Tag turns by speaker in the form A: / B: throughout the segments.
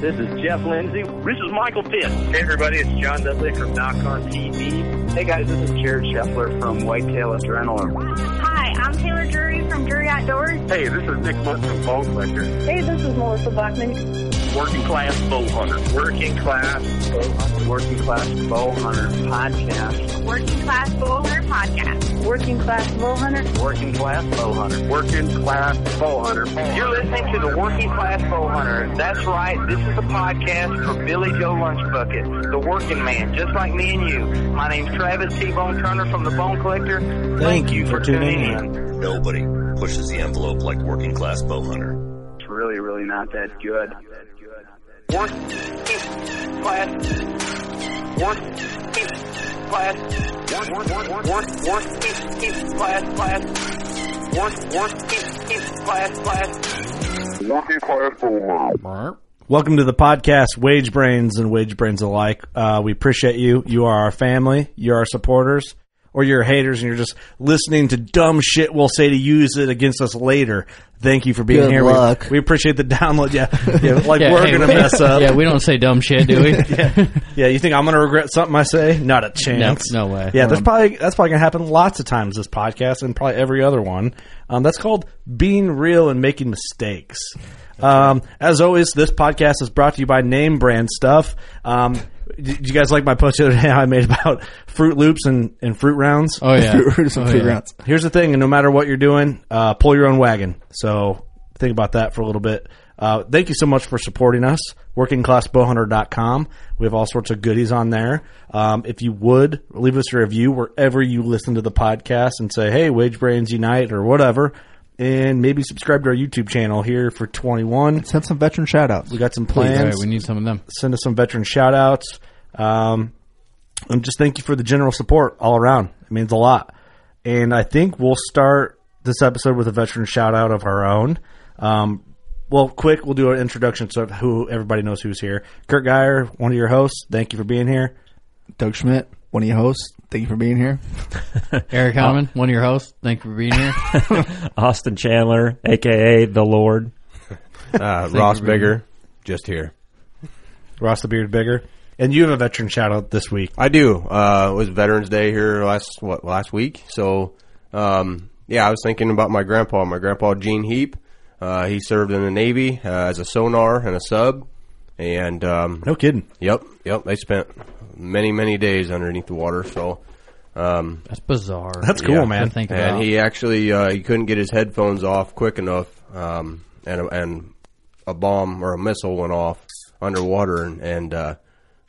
A: This is Jeff Lindsay. This is Michael Pitt. Hey, everybody, it's John Dudley from Knock on TV. Hey, guys, this is Jared Scheffler from Whitetail Adrenaline.
B: Hi, I'm Taylor Drury from Drury Outdoors.
A: Hey, this is Nick Mutt from Bone Collector.
C: Hey, this is Melissa Bachman.
A: Working Class Bow Hunter. Working Class Bow Hunter. Working Class Bow Hunter Podcast.
B: Working Class Bowhunter Podcast.
C: Working class bow hunter.
A: Working Class Bow Hunter. Working Class Bow Hunter.
D: You're listening to the Working Class Bow Hunter. That's right. This is a podcast for Billy Joe Lunchbucket, the working man, just like me and you. My name's Travis T. Bone Turner from the Bone Collector.
E: Thank you for tuning
D: in.
F: Nobody pushes the envelope like working class bow hunter.
A: It's really, really not that good.
D: Working class. Working class. Work, work, work, work, working class, class. Work, working class, class.
G: Welcome to the podcast, Wage Brains and Wage Brains alike. Uh, we appreciate you. You are our family. You're our supporters, or you're haters, and you're just listening to dumb shit we'll say to use it against us later. Thank you for being
H: Good
G: here. We-
H: luck.
G: We, appreciate the download. Yeah, yeah like
I: Yeah,
G: we're
I: hey,
G: gonna
I: we-
G: mess up.
I: Yeah,
G: Yeah.
I: we don't say dumb shit, do we?
G: you think I'm gonna regret something I say? Not a chance.
I: No, no way.
G: Yeah, that's
I: Um,
G: probably that's probably gonna happen lots of times this podcast and probably every other one. Um, that's called being real and making mistakes. Um, as always, this podcast is brought to you by Name Brand Stuff. Um, did you guys like my post the other day I made about Fruit Loops and, and Fruit Rounds?
I: Oh yeah.
H: some
I: Oh,
H: free
I: yeah.
H: rounds.
G: Here's the thing, and no matter what you're doing, uh, pull your own wagon. So think about that for a little bit. Uh, thank you so much for supporting us. WorkingClassBowhunter.com. We have all sorts of goodies on there. Um, if you would leave us a review wherever you listen to the podcast and say, "Hey, Wage Brains Unite" or whatever, and maybe subscribe to our YouTube channel here for 21.
H: Send some veteran shout outs.
G: We got some
I: All
G: plans
I: right, we need some of them.
G: send us some veteran shout outs. Um, and just thank you for the general support all around. It means a lot. And I think we'll start this episode with a veteran shout out of our own. Um, well, quick, we'll do an introduction so who everybody knows who's here. Kurt Geyer, one of your hosts. Thank you for being here.
H: Doug Schmidt, one of your hosts. Thank you for being here.
I: Eric
G: Uh,
I: Hellman, one of your hosts. Thank you for being here.
J: Austin Chandler, aka the Lord.
K: Uh, Ross Bigger, just here.
G: Ross the Beard Bigger. And you have a veteran shout out this week.
K: I do. Uh, it was Veterans Day here last what last week. So um, yeah, I was thinking about my grandpa. My grandpa Gene Heap. Uh, he served in the Navy uh, as a sonar and a sub. And um,
G: No kidding.
K: yep, yep. They spent many many days underneath the water. So um,
I: That's bizarre.
G: That's cool, man.
I: To think
K: and
I: about.
K: he actually uh, he couldn't get his headphones off quick enough, um, and a- and a bomb or a missile went off underwater, and, and uh,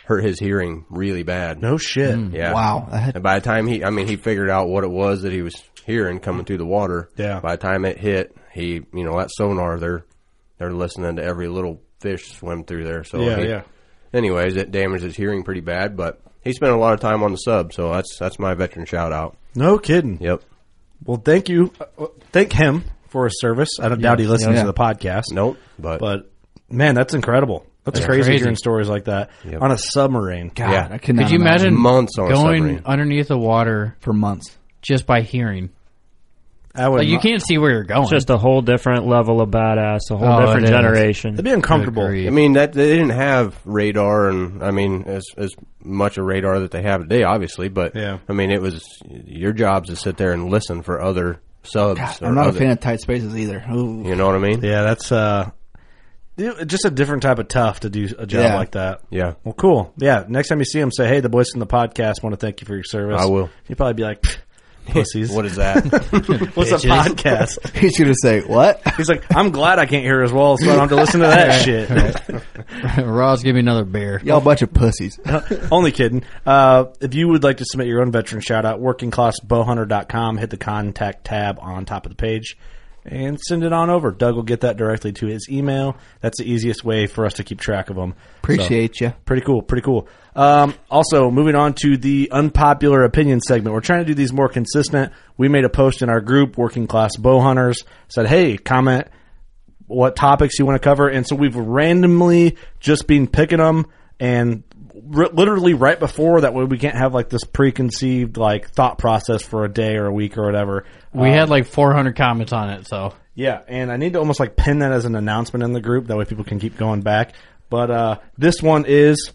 K: hurt his hearing really bad.
H: No shit. Mm.
K: Yeah.
L: Wow.
K: And by the time he, I mean, he figured out what it was that he was hearing coming through the water.
H: Yeah.
K: By the time it hit, he, you know, that sonar, they're they're listening to every little fish swim through there. So
H: Yeah,
K: he-
H: yeah.
K: Anyways, it damaged his hearing pretty bad, but he spent a lot of time on the sub, so that's that's my veteran shout out.
H: No kidding.
K: Yep.
H: Well, thank you. uh, Thank him for his service. I don't doubt he
L: Yeah,
H: listens
L: yeah.
H: to the podcast.
K: Nope. But,
H: But man, that's incredible. That's
I: That's
H: crazy,
I: crazy.
H: hearing stories like that
K: Yep.
H: on a submarine.
L: God,
K: Yeah.
L: I could not.
I: Could you imagine
K: months on a
I: going
K: submarine.
I: underneath the water
L: for months?
I: just by hearing?
H: I would.
I: Like you can't see where you're going.
J: It's just a whole different level of badass, a whole
I: Oh,
J: different
I: it is.
J: generation.
H: It'd be uncomfortable.
I: Agreed.
K: I mean that they didn't have radar, and I mean as as much a radar that they have today, obviously. But
H: Yeah.
K: I mean it was your job's to sit there and listen for other subs. or
L: I'm not a
K: other-
L: fan of tight spaces either. Ooh.
K: You know what I mean?
H: Yeah, that's uh, you- just a different type of tough to do a job
L: Yeah.
H: like that.
K: Yeah.
H: Well, cool. Yeah. Next time you see him, say, "Hey, the boys in the podcast want to thank you for your service."
K: I will.
H: He'd probably be like, "Pfft, "Pussies,
K: What is that?
H: what's a podcast?"
L: He's gonna say what?
H: He's like, "I'm glad I can't hear as well, so I don't have to listen to that shit."
I: Ross, give me another beer.
L: Y'all bunch of pussies.
H: Only kidding. Uh, if you would like to submit your own veteran shout out, workingclassbowhunter.com, hit the contact tab on top of the page and send it on over. Doug will get that directly to his email. That's the easiest way for us to keep track of them.
L: Appreciate ya.
H: Pretty cool. Pretty cool. Um, also, moving on to the unpopular opinion segment. We're trying to do these more consistent. We made a post in our group, Working Class Bow Hunters, said, hey, comment what topics you want to cover. And so we've randomly just been picking them and r- literally right before that way we can't have like this preconceived like thought process for a day or a week or whatever.
I: We had like 400 comments on it, so
H: Yeah, and I need to almost like pin that as an announcement in the group. That way people can keep going back. But uh, this one is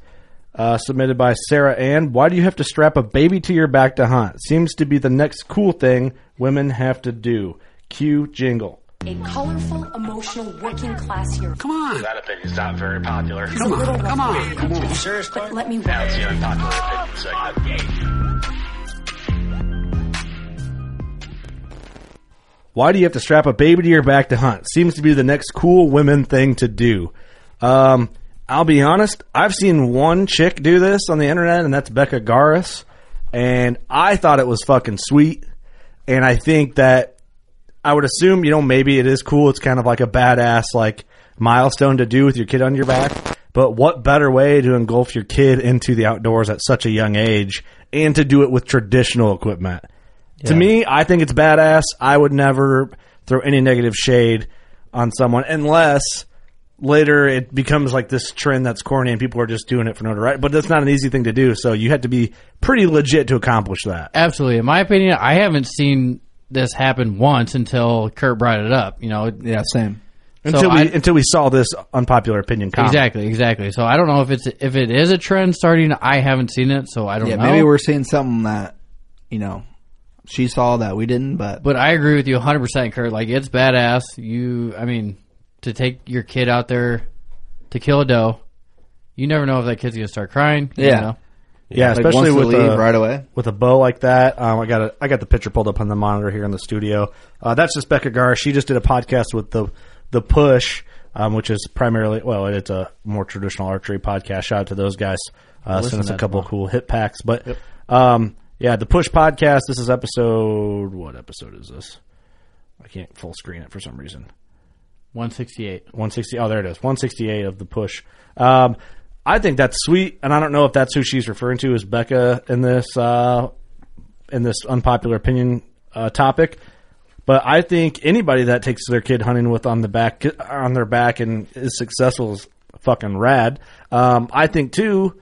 H: uh, submitted by Sarah Ann. Why do you have to strap a baby to your back to hunt? Seems to be the next cool thing women have to do. Cue jingle.
E: A colorful, emotional, working class hero. Come on,
A: That opinion's not very popular.
E: come on, come on.
A: Serious
E: But let me.
A: Now it's the unpopular opinion segment.
H: Why do you have to strap a baby to your back to hunt? Seems to be the next cool women thing to do. Um, I'll be honest, I've seen one chick do this on the internet, and that's Becca Garis. And I thought it was fucking sweet. And I think that I would assume, you know, maybe it is cool. It's kind of like a badass, like, milestone to do with your kid on your back. But what better way to engulf your kid into the outdoors at such a young age and to do it with traditional equipment? To me, I think it's badass. I would never throw any negative shade on someone unless later it becomes like this trend that's corny and people are just doing it for notoriety. But that's not an easy thing to do. So you had to be pretty legit to accomplish that.
I: absolutely. In my opinion, I haven't seen this happen once until Kurt brought it up. You know,
L: Yeah, same.
I: So
H: Until we
I: I-
H: until we saw this unpopular opinion. Comment.
I: exactly, exactly. So I don't know if it's if it is a trend starting. I haven't seen it, so I don't
L: Yeah,
I: know.
L: maybe we're seeing something that you know she saw that we didn't, but
I: But I agree with you 100, percent Kurt. Like it's badass. You, I mean, to take your kid out there to kill a doe, you never know if that kid's gonna start crying. you
L: Yeah.
I: know?
H: Yeah,
L: like,
H: especially
L: wants to
H: with
L: leave
H: uh,
L: right away.
H: with a bow like that. Um, I got a, I got the picture pulled up on the monitor here in the studio. Uh, that's just Becca Gar. She just did a podcast with the the Push, um, which is primarily well, it's a more traditional archery podcast. Shout out to those guys. Uh, sent us a couple of cool hit packs, but um, yeah, the Push podcast. This is episode what episode is this? I can't full screen it for some reason.
I: 168.
H: 160. Oh, there it is. 168 of the push. Um, I think that's sweet, and I don't know if that's who she's referring to as Becca in this uh, in this unpopular opinion uh, topic. But I think anybody that takes their kid hunting with on the back on their back and is successful is fucking rad. Um, I think too.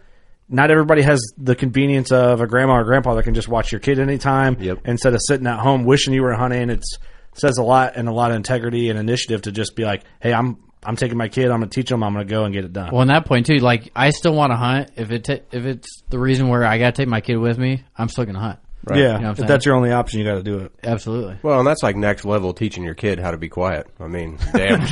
H: Not everybody has the convenience of a grandma or grandpa that can just watch your kid anytime
K: Yep.
H: instead of sitting at home wishing you were hunting. It's says a lot and a lot of integrity and initiative to just be like, hey, I'm I'm taking my kid. I'm going to teach them. I'm going to go and get it done.
I: Well, on that point too, like I still want to hunt. If it ta- if it's the reason where I gotta take my kid with me, I'm still gonna hunt.
H: Yeah,
I: You know what I'm
H: if
I: saying?
H: that's your only option, you got to do it.
I: Absolutely.
K: well, and that's like next level teaching your kid how to be quiet. I mean, damn.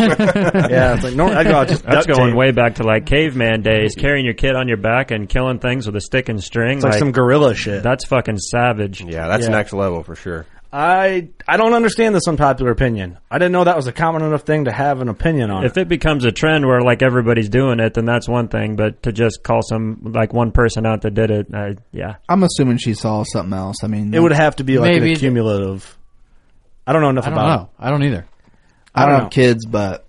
H: yeah, it's like no, I go out just
J: That's
H: duct
J: going
H: tape.
J: way back to like caveman days, carrying your kid on your back and killing things with a stick and string.
H: It's like some gorilla shit.
J: that's fucking savage.
K: yeah, that's
H: Yeah.
K: next level for sure.
H: I I don't understand this unpopular opinion. I didn't know that was a common enough thing to have an opinion on.
J: If it becomes a trend where like everybody's doing it, then that's one thing. But to just call some like one person out that did it, I, yeah,
L: I'm assuming she saw something else. I mean,
H: It would have to be like
I: Maybe-
H: an cumulative. I don't know enough
I: I don't
H: about
I: know. I don't
L: I
I: either.
L: don't,
H: I don't know.
L: have kids, but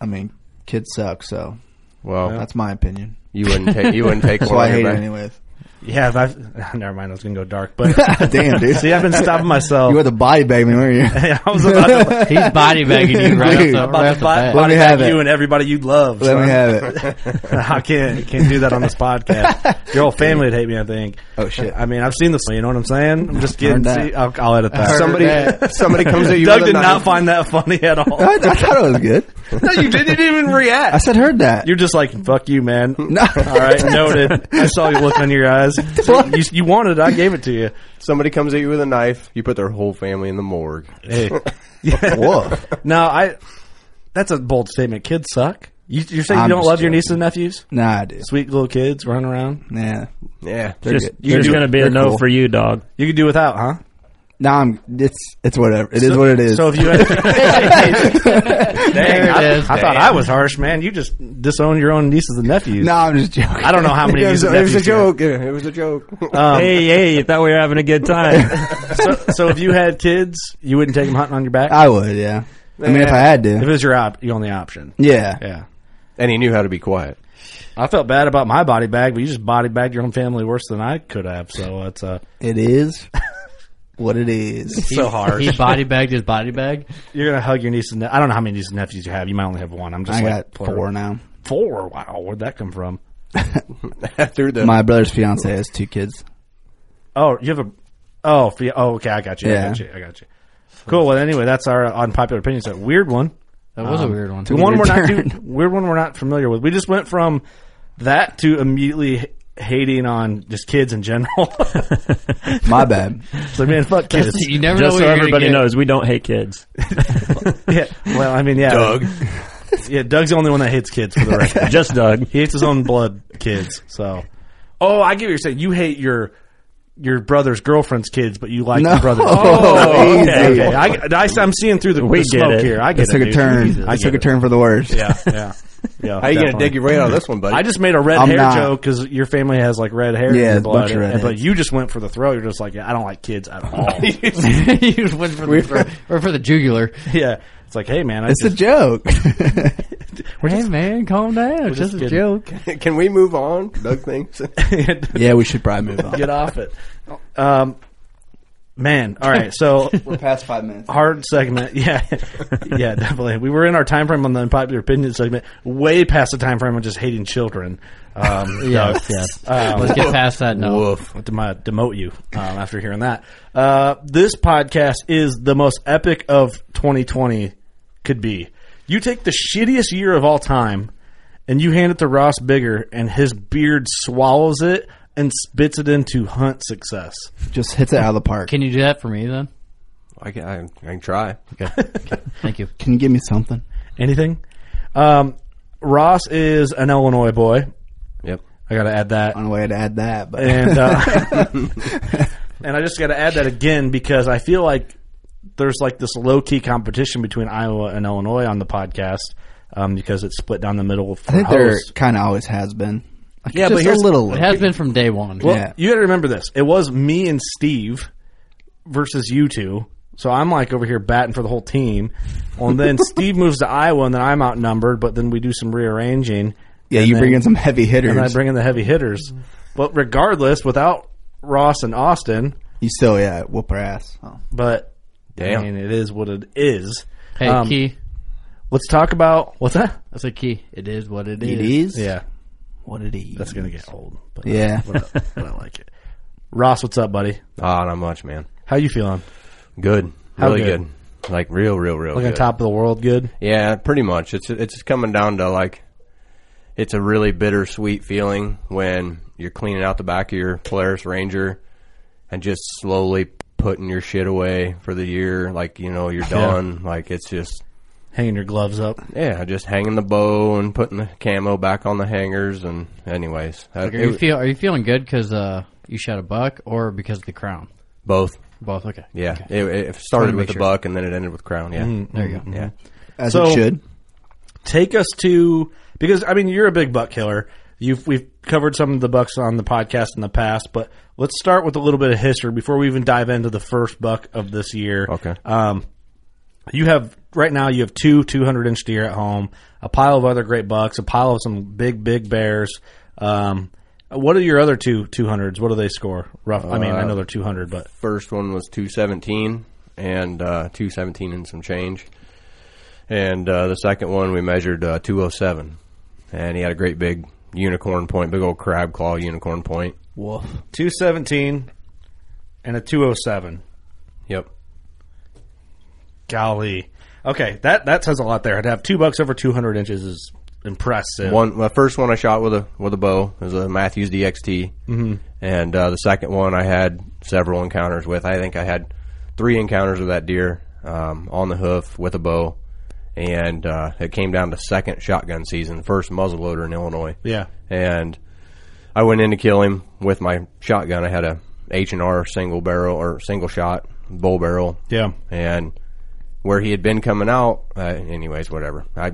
L: I mean, kids suck. So
K: Well,
L: that's my opinion.
K: you wouldn't take you wouldn't take
L: That's
K: one.
L: why I
K: of your
L: hate it
K: back-
L: anyways.
H: it. Yeah, if I've never mind. I was gonna go dark, but
L: Damn, dude.
H: See, I've been stopping myself.
L: You were the body baby, weren't you?
H: I was about to,
I: He's body bagging you right
L: Dude.
I: off the,
H: about
I: right off
H: to
I: the
H: body,
I: bat.
L: Let me
H: back
L: have it.
H: you and everybody you love.
L: Let
H: son.
L: me have it.
H: I can't can't do that on this podcast. Your whole family would hate me. I think.
L: Oh, shit.
H: I mean, I've seen this. You know what I'm saying? I'm just kidding.
L: Heard that.
H: See, I'll, I'll edit that.
I: Heard
K: Somebody
I: that.
K: somebody comes at you.
H: Doug
K: with a
H: did not
K: knife.
H: find that funny at all.
L: I, I thought it was good.
H: no, you didn't even
L: I
H: react.
L: said, heard that.
H: You're just like fuck you, man. All right, noted. I saw you look on your eyes. So you, you wanted, it, I gave it to you.
K: Somebody comes at you with a knife. You put their whole family in the morgue.
H: Hey,
L: Whoa.
H: no, I. That's a bold statement. Kids suck. You, you're saying
L: I'm
H: you don't
L: just
H: love your
L: joking.
H: nieces and nephews?
L: Nah, dude.
H: Sweet little kids running around.
L: Nah.
K: Yeah,
L: They're
J: just
L: good.
J: there's
L: They're
J: going to be a
L: they're
J: no
L: cool.
J: for you, dog.
H: You could do without, huh?
L: Nah, I'm, it's, it's whatever. It is what it is.
H: So if you had,
I: There it
H: I,
I: is.
H: I thought I was harsh, man. You just disowned your own nieces and nephews.
L: no, I'm just joking.
H: I don't know how many
K: it was,
H: nieces and
K: it was
H: nephews.
K: a
H: you have. Uh,
K: joke. Yeah, It was a joke.
J: hey, hey, you thought we were having a good time.
H: So, so if you had kids, you wouldn't take them hunting on your back.
L: I would, yeah. I mean, if I had
H: if it
L: to.
H: was your op- your only option.
L: Yeah.
H: Yeah.
K: and he knew how to be quiet.
H: I felt bad about my body bag, but you just body bagged your own family worse than I could have. So it's uh,
L: It is what it is.
H: so hard.
I: He body bagged his body bag.
H: You're gonna hug your nieces. and ne- I don't know how many nieces and nephews you have. You might only have one. I'm just
L: I
H: like
L: got
H: plural.
L: four now.
H: Four. Wow, where'd that come from?
K: Through the
L: My brother's fiance has two kids.
H: Oh, you have a. Oh, fe- oh, okay. I got you. I
L: Yeah.
H: got you. I got you. Cool. Well, anyway, that's our unpopular opinions. That weird one. Um,
I: That was
L: Um,
I: a weird one.
H: The one we're not too,
L: Return.
H: weird one we're not familiar with. We just went from that to immediately h- hating on just kids in general.
L: My bad.
H: so man, fuck kids.
I: You never know
J: just
I: what
J: so
I: you're gonna
J: everybody
I: get.
J: knows, we don't hate kids.
H: yeah. Well, I mean, yeah.
K: Doug.
H: Yeah, Doug's the only one that hates kids for the record.
J: Just Doug.
H: he hates his own blood kids. So, oh, I get what you're saying. You hate your your brother's girlfriend's kids, but you like
L: No.
H: your brother's.
L: Oh,
H: okay,
L: easy.
H: okay. I, am seeing through the,
J: We
H: the
J: get
H: smoke
J: it.
H: here. I get
L: It took
H: it,
L: a
H: dude.
L: turn.
H: I
L: It took
H: get
L: a
H: it.
L: turn for the worse.
H: Yeah, yeah, yeah.
K: How you gonna
H: definitely.
K: dig your way out of this one, buddy?
H: I just made a red
L: I'm
H: hair
L: not.
H: joke because your family has like red
L: Yeah,
H: hair. in your
L: it's a bunch of
H: blood, and-
L: redheads.
H: but you just went for the throat. You're just like, yeah, I don't like kids at all.
I: you just went for the, for, or for the jugular.
H: yeah, it's like, hey man, I
L: It's a
H: just,
L: joke.
I: hey man, calm down.
H: just
I: Just, a
H: kidding.
I: joke.
K: Can we move on? Doug thinks.
L: yeah, we should probably move on.
H: get off it. Um, man, all right. So
L: We're past five minutes.
H: hard segment, yeah, yeah, definitely. We were in our time frame on the unpopular opinion segment, way past the time frame on just hating children. Um,
I: Yeah,
H: Doug.
I: yeah. Let's get past that now.
H: Woof. Dem- demote you um, after hearing that. Uh, this podcast is the most epic of 2020 could be. You take the shittiest year of all time and you hand it to Ross Bigger, and his beard swallows it and spits it into Hunt success.
L: Just hits it out of the park. Can,
I: Can you do that for me then?
K: I can, I, can- I can try.
I: Thank you.
L: you give me something?
H: Anything? Um, Ross is an Illinois boy.
K: Yep.
H: I got to add that.
L: On the way to add that, but
H: and uh, and I just got to add that again because I feel like there's like this low key competition between Iowa and Illinois on the podcast um, because it's split down the middle. For
L: I think there
H: hosts.
L: kind of always has been. Like,
H: Yeah,
L: just
H: but here's-
L: a little.
I: It has been from day one.
H: Well,
L: yeah.
H: you got to remember this: it was me and Steve versus you two. So I'm like over here batting for the whole team, and then Steve moves to Iowa, and then I'm outnumbered. But then we do some rearranging.
L: yeah,
H: and
L: you
H: then-
L: bring in some heavy hitters.
H: and I bring in the heavy hitters.
L: Mm-hmm.
H: But regardless, without Ross and Austin,
L: you still, yeah, whoop our ass. Oh.
H: but
K: Damn.
H: I mean, it is what it is.
I: Hey,
H: Um,
I: Key.
H: Let's talk about what's that?
I: That's a key. It is what it is.
L: It is
H: Yeah,
L: what it is.
H: that's gonna get old. But
L: Yeah.
H: but I, but I like it. Ross, what's up, buddy?
K: Ah, not much, man.
H: How you feeling?
K: Good.
H: How
K: really
H: good?
K: good? Like real, real, real.
H: Looking
K: good.
H: top of the world, good.
K: Yeah, pretty much. It's it's coming down to like it's a really bittersweet feeling when you're cleaning out the back of your Polaris Ranger and just slowly putting your shit away for the year. Like you know you're done. Like it's just
H: Hanging your gloves up.
K: yeah, just hanging the bow and putting the camo back on the hangers. And anyways, that-
I: Are you
K: it-
I: feel? Are you feeling good because uh, you shot a buck, or because of the crown?
K: both.
I: Both. Okay.
K: Yeah,
I: Okay.
K: it, it
I: Wanted
K: started
I: to
K: with
I: make
K: the
I: sure. Mm,
K: buck and then it ended with crown. Yeah,
H: Mhm. There you go.
K: Yeah,
I: Mm-hmm.
M: As
H: So,
M: it should.
H: Take us to because I mean you're a big buck killer. You've we've covered some of the bucks on the podcast in the past, but let's start with a little bit of history before we even dive into the first buck of this year. Okay.
I: Uh,
H: Um, you have right now you have two 200 inch deer at home, a pile of other great bucks, a pile of some big big bears. Um, what are your other two 200s? What do they score? Rough. I mean, I know they're 200, but
K: first one was 217 and uh, 217 and some change. And uh, the second one we measured uh, 207, and he had a great big unicorn point, big old crab claw unicorn point.
M: Woof.
H: 217 and a 207.
K: Yep.
H: Golly. Okay, that that says a lot there. To have two bucks over 200 inches is impressive.
K: One, my first one I shot with a with a bow it was a Matthews DXT,
H: Mhm.
K: and uh, the second one I had several encounters with. I think I had three encounters with that deer um, on the hoof with a bow, and uh, it came down to second shotgun season, first muzzleloader in Illinois.
H: Yeah.
K: and I went in to kill him with my shotgun. I had a H and R single barrel or single shot bull barrel.
H: Yeah.
K: and where he had been coming out. Uh, anyways, whatever. I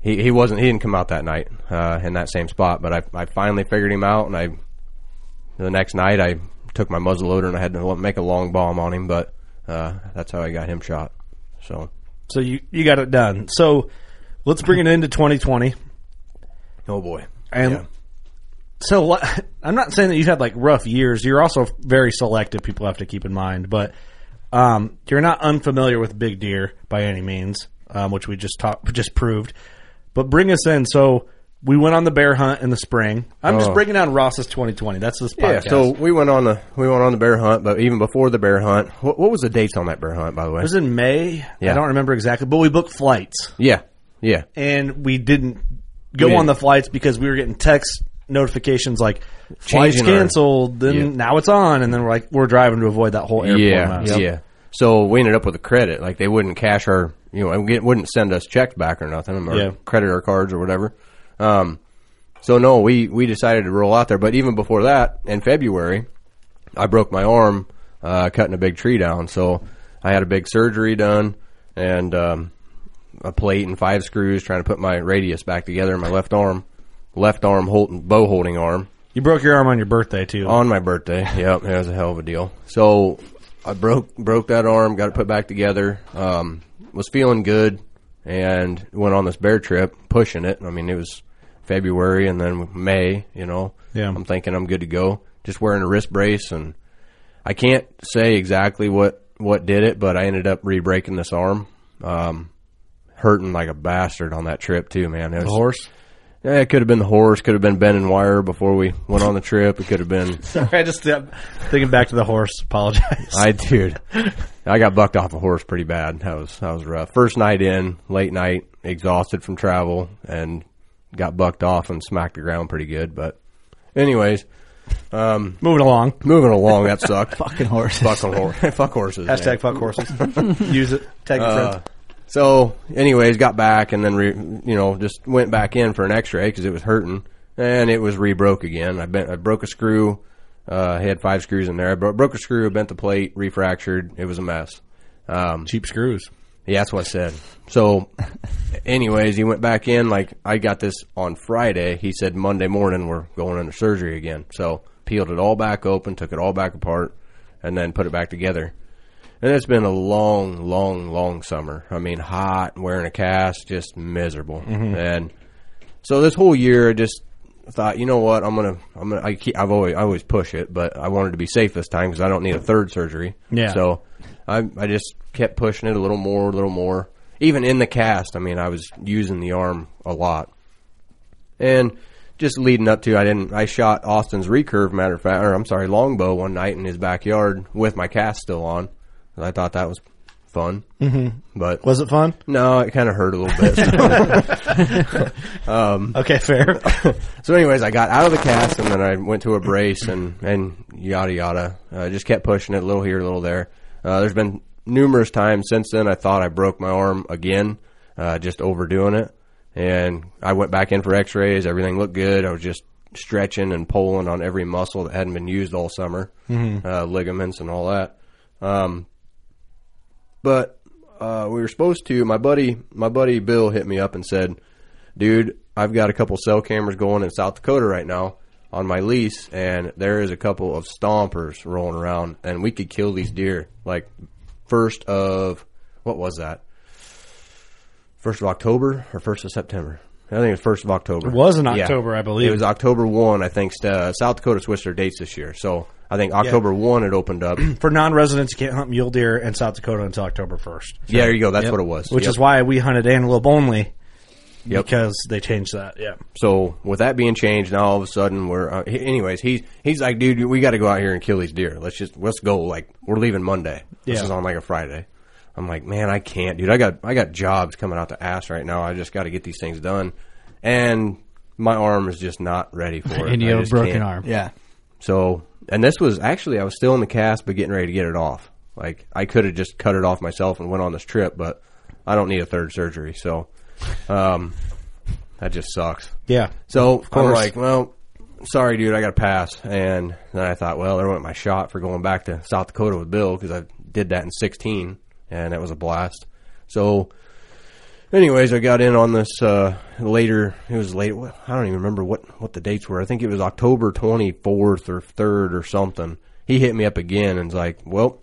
K: he, he wasn't he didn't come out that night uh, in that same spot, but I I finally figured him out, and I the next night I took my muzzle loader and I had to make a long bomb on him, but uh, that's how I got him shot. So
H: So you you got it done. So let's bring it into 2020.
K: oh boy,
H: And so what- I'm not saying that you've had like rough years. You're also very selective. People have to keep in mind, but um, you're not unfamiliar with big deer by any means, um, which we just talked just proved. But bring us in. So we went on the bear hunt in the spring. I'm just
K: Oh.
H: breaking down Ross's 2020. That's this
K: Yeah,
H: podcast.
K: so we went on the we went on the bear hunt, but even before the bear hunt, what, what was the dates on that bear hunt? By the way,
H: it was in May. I
K: Yeah.
H: don't remember exactly, but we booked flights.
K: yeah, yeah,
H: and we didn't go
K: We
H: on
K: didn't.
H: the flights because we were getting text notifications like flights
K: Changing our-
H: canceled. Then
K: Yeah.
H: now it's on, and then we're like we're driving to avoid that whole airport
K: yeah,
H: mess.
K: yeah. So we ended up with a credit, like they wouldn't cash our, you know, and get- wouldn't send us checks back or nothing, or
H: Yeah.
K: credit our cards or whatever. Um, so no, we we decided to roll out there. But even before that, in February, I broke my arm uh, cutting a big tree down, so I had a big surgery done and um, a plate and five screws trying to put my radius back together in my left arm, left arm hold, bow holding arm.
H: You broke your arm on your birthday too.
K: On my birthday, yep, it was a hell of a deal. So I broke broke that arm, got it put back together. Um, was feeling good, and went on this bear trip, pushing it. I mean, it was February and then May. You know,
H: Yeah.
K: I'm thinking I'm good to go. Just wearing a wrist brace, and I can't say exactly what what did it, but I ended up re breaking this arm. Um, hurting like a bastard on that trip too, man. It was,
H: The horse?
K: Yeah, it could have been the horse. Could have been Ben and Wire before we went on the trip. It could have been
H: Sorry, I just uh, thinking back to the horse. Apologize.
K: I dude, I got bucked off a horse pretty bad. That was that was rough. First night in, late night, exhausted from travel, and got bucked off and smacked the ground pretty good. But, anyways, um,
H: moving along,
K: moving along. That sucked.
M: Fucking horses.
K: Fucking hor- fuck horses. man.
H: Hashtag fuck horses. Use it. Tag your
K: Uh,
H: friends.
K: So, anyways, got back and then re, you know just went back in for an X-ray because it was hurting, and it was re-broke again. I bent, I broke a screw. Uh, I had five screws in there. I bro- broke a screw, bent the plate, refractured. It was a mess. Um,
H: Cheap screws.
K: Yeah, that's what I said. So, anyways, he went back in. Like I got this on Friday. He said Monday morning we're going under surgery again. So peeled it all back open, took it all back apart, and then put it back together. And it's been a long, long, long summer. I mean, hot, wearing a cast, just miserable.
H: Mhm.
K: And so this whole year, I just thought, you know what, I'm gonna, I'm gonna, I keep, I've always, I always push it, but I wanted to be safe this time because I don't need a third surgery.
H: Yeah.
K: So I, I just kept pushing it a little more, a little more. Even in the cast, I mean, I was using the arm a lot. And just leading up to, I didn't. I shot Austin's recurve. Matter of fact, or I'm sorry, longbow one night in his backyard with my cast still on. And I thought that was fun.
H: Mhm.
K: But
H: Was it fun?
K: No, it kind of hurt a little bit. um,
H: okay, fair.
K: so, anyways, I got out of the cast and then I went to a brace and and yada yada. I just kept pushing it a little here, a little there. Uh, there's been numerous times since then. I thought I broke my arm again, uh, just overdoing it. And I went back in for X-rays. Everything looked good. I was just stretching and pulling on every muscle that hadn't been used all summer,
H: Mhm.
K: uh, ligaments and all that. Um, but uh, we were supposed to. My buddy, my buddy Bill, hit me up and said, "Dude, I've got a couple cell cameras going in South Dakota right now on my lease, and there is a couple of stompers rolling around, and we could kill these deer. Like first of what was that? First of October or first of September? I think it was first of October.
G: It was in
K: Yeah.
G: October, I believe.
K: It was October one. I think uh, South Dakota switched their dates this year, so I think
G: Yeah.
K: October one it opened up.
G: For non-residents, you can't hunt mule deer in South Dakota until October first.
K: Yeah, there you go. That's what it was.
G: Which
K: Yep.
G: is why we hunted antelope only.
K: Yep.
G: Because they changed that. Yeah.
K: So with that being changed, now all of a sudden we're. Uh, he- anyways, he's he's like, dude, we got to go out here and kill these deer. Let's just let's go. Like we're leaving Monday. This
G: Yeah.
K: is on like a Friday. I'm like, man, I can't, dude. I got I got jobs coming out the ass right now. I just got to get these things done, and my arm is just not ready for it.
I: And you
K: I
I: have a
K: just
I: broken
K: can't.
I: arm.
L: Yeah.
K: So and this was actually I was still in the cast, but getting ready to get it off. Like I could have just cut it off myself and went on this trip, but I don't need a third surgery. So, um, that just sucks.
G: Yeah.
K: So
G: Of
K: I'm
G: course.
K: like, well, sorry, dude, I got to pass. And then I thought, well, there went my shot for going back to South Dakota with Bill because I did that in 16, and that was a blast. So, anyways, I got in on this uh, later. It was late. what- I don't even remember what what the dates were. I think it was October 24th or 3rd or something. He hit me up again and was like, well,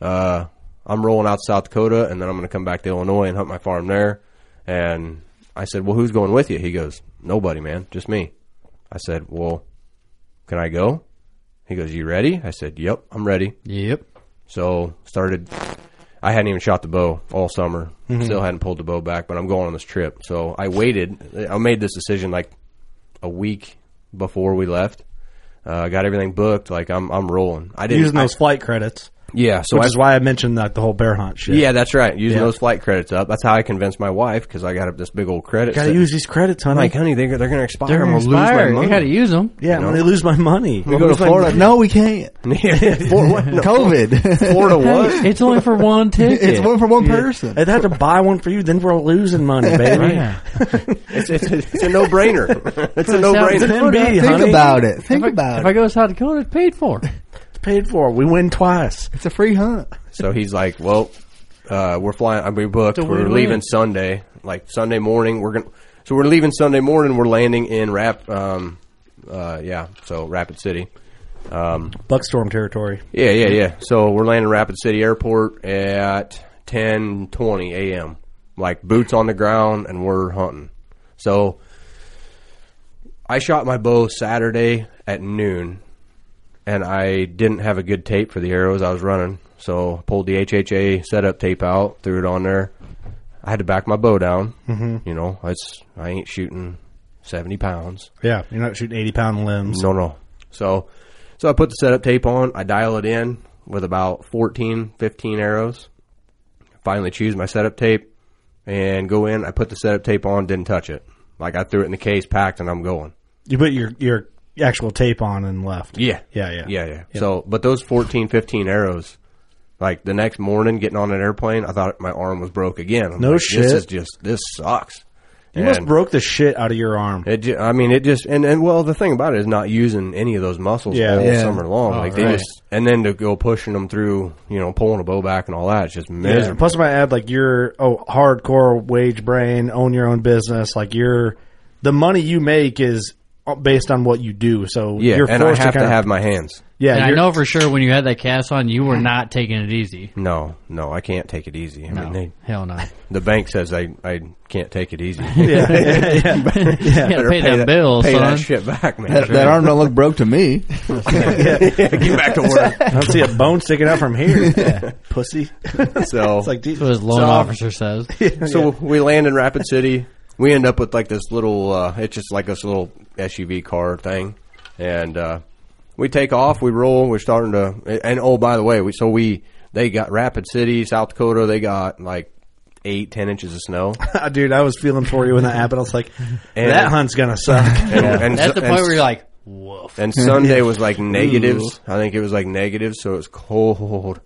K: uh, I'm rolling out to South Dakota, and then I'm going to come back to Illinois and hunt my farm there. And I said, well, who's going with you? He goes, nobody, man, just me. I said, well, can I go? He goes, you ready? I said, yep, I'm ready.
I: Yep.
K: So started. I hadn't even shot the bow all summer.
G: Mm-hmm.
I: Mhm.
K: Still hadn't pulled the bow back, but I'm going on this trip. So I waited. I made this decision like a week before we left. Uh, got everything booked. Like I'm, I'm rolling. I didn't
G: using
K: I-
G: those flight credits.
K: Yeah, so
G: which
K: I-
G: is why I mentioned like the whole bear hunt shit.
K: Yeah, that's right. Using
G: Yeah.
K: those flight credits up. That's how I convinced my wife because I got up this big old credit.
G: Gotta
K: sitting-
G: use these credits, honey.
K: Like, honey, they're, they're going to expire.
G: They're
K: I'm
G: gonna
K: gonna lose my
G: expire. You
K: money.
G: gotta
I: use them.
G: Yeah,
K: You
G: when
K: know?
G: they lose my money.
K: We go to Florida.
L: No, we can't.
K: For what? No.
L: COVID.
K: Florida what?
I: Hey, it's only for one ticket.
L: It's one for one person.
G: They'd have to buy one for you, then we're losing money, baby.
I: Yeah.
K: It's, it's, it's a no brainer. It's a no
G: Then
K: brainer.
G: be,
L: Think
G: honey.
L: about it. Think
I: If I-
L: about
I: If
L: it.
I: I go to South Dakota, it's paid for.
G: It's paid for. We win twice.
L: it's a free hunt.
K: So he's like, well, uh, we're flying. I mean, we booked.
I: It's a
K: We're
I: win-win.
K: leaving Sunday, like Sunday morning. We're going to. So we're leaving Sunday morning. We're landing in Rap. Um, uh, yeah, so Rapid City. Um,
G: Buckstorm territory.
K: Yeah, yeah, yeah. So we're landing Rapid City Airport at ten twenty a.m. Like boots on the ground, and we're hunting. So I shot my bow Saturday at noon, and I didn't have a good tape for the arrows I was running. So pulled the HHA setup tape out, threw it on there. I had to back my bow down.
G: Mhm.
K: You know, it's I ain't shooting seventy pounds.
G: Yeah, you're not shooting 80 pound limbs.
K: No, no. So, so I put the setup tape on. I dial it in with about 14, 15 arrows. Finally, choose my setup tape and go in. I put the setup tape on. Didn't touch it. Like I threw it in the case, packed, and I'm going.
G: You put your your actual tape on and left.
K: Yeah.
G: Yeah, yeah.
K: Yeah, yeah.
G: Yeah.
K: So, but those 14, 15 arrows, like the next morning getting on an airplane, I thought my arm was broke again. I'm
G: No
K: like, This
G: shit.
K: is just, this sucks.
G: You must
K: And-
G: broke the shit out of your arm.
K: It ju- I mean, it just and, and well, the thing about it is not using any of those muscles
G: Yeah.
K: all
G: Yeah.
K: summer long.
I: Oh,
K: like they
I: right.
K: just and then to go pushing them through, you know, pulling a bow back and all that. It's just
G: Yeah.
K: miserable.
G: Plus, if I add like your oh hardcore wage brain, own your own business, like your the money you make is uh, based on what you do. So
K: Yeah,
G: you're
K: and I
G: forced
K: have to,
G: kind of,
K: have my hands.
G: Yeah,
I: and I
G: you're-
I: know for sure when you had that cast on, you were not taking it easy.
K: No, no, I can't take it easy. I
I: No,
K: mean, they,
I: hell no.
K: the bank says I I can't take it easy.
G: Yeah, yeah, yeah.
I: You gotta
K: Better
I: pay, that, bill,
K: pay
I: son.
K: that shit back, man.
L: That, that arm don't look broke to me.
K: Get back to work.
G: I don't see a bone sticking out from here, pussy.
K: So
G: It's like,
I: That's what his loan
K: So-
I: officer says.
K: so we land in Rapid City. We end up with like this little, uh, it's just like this little SUV car thing, and uh, we take off. We roll. We're starting to, and oh by the way, we so we they got Rapid City, South Dakota. They got like eight, ten inches of snow.
G: dude, I was feeling for you when that happened. I was like,
K: And-
G: that hunt's gonna suck.
K: And, and,
I: That's the
K: and-
I: point where you're like, woof.
K: And Sunday was like negatives. I think it was like negatives, so it was cold.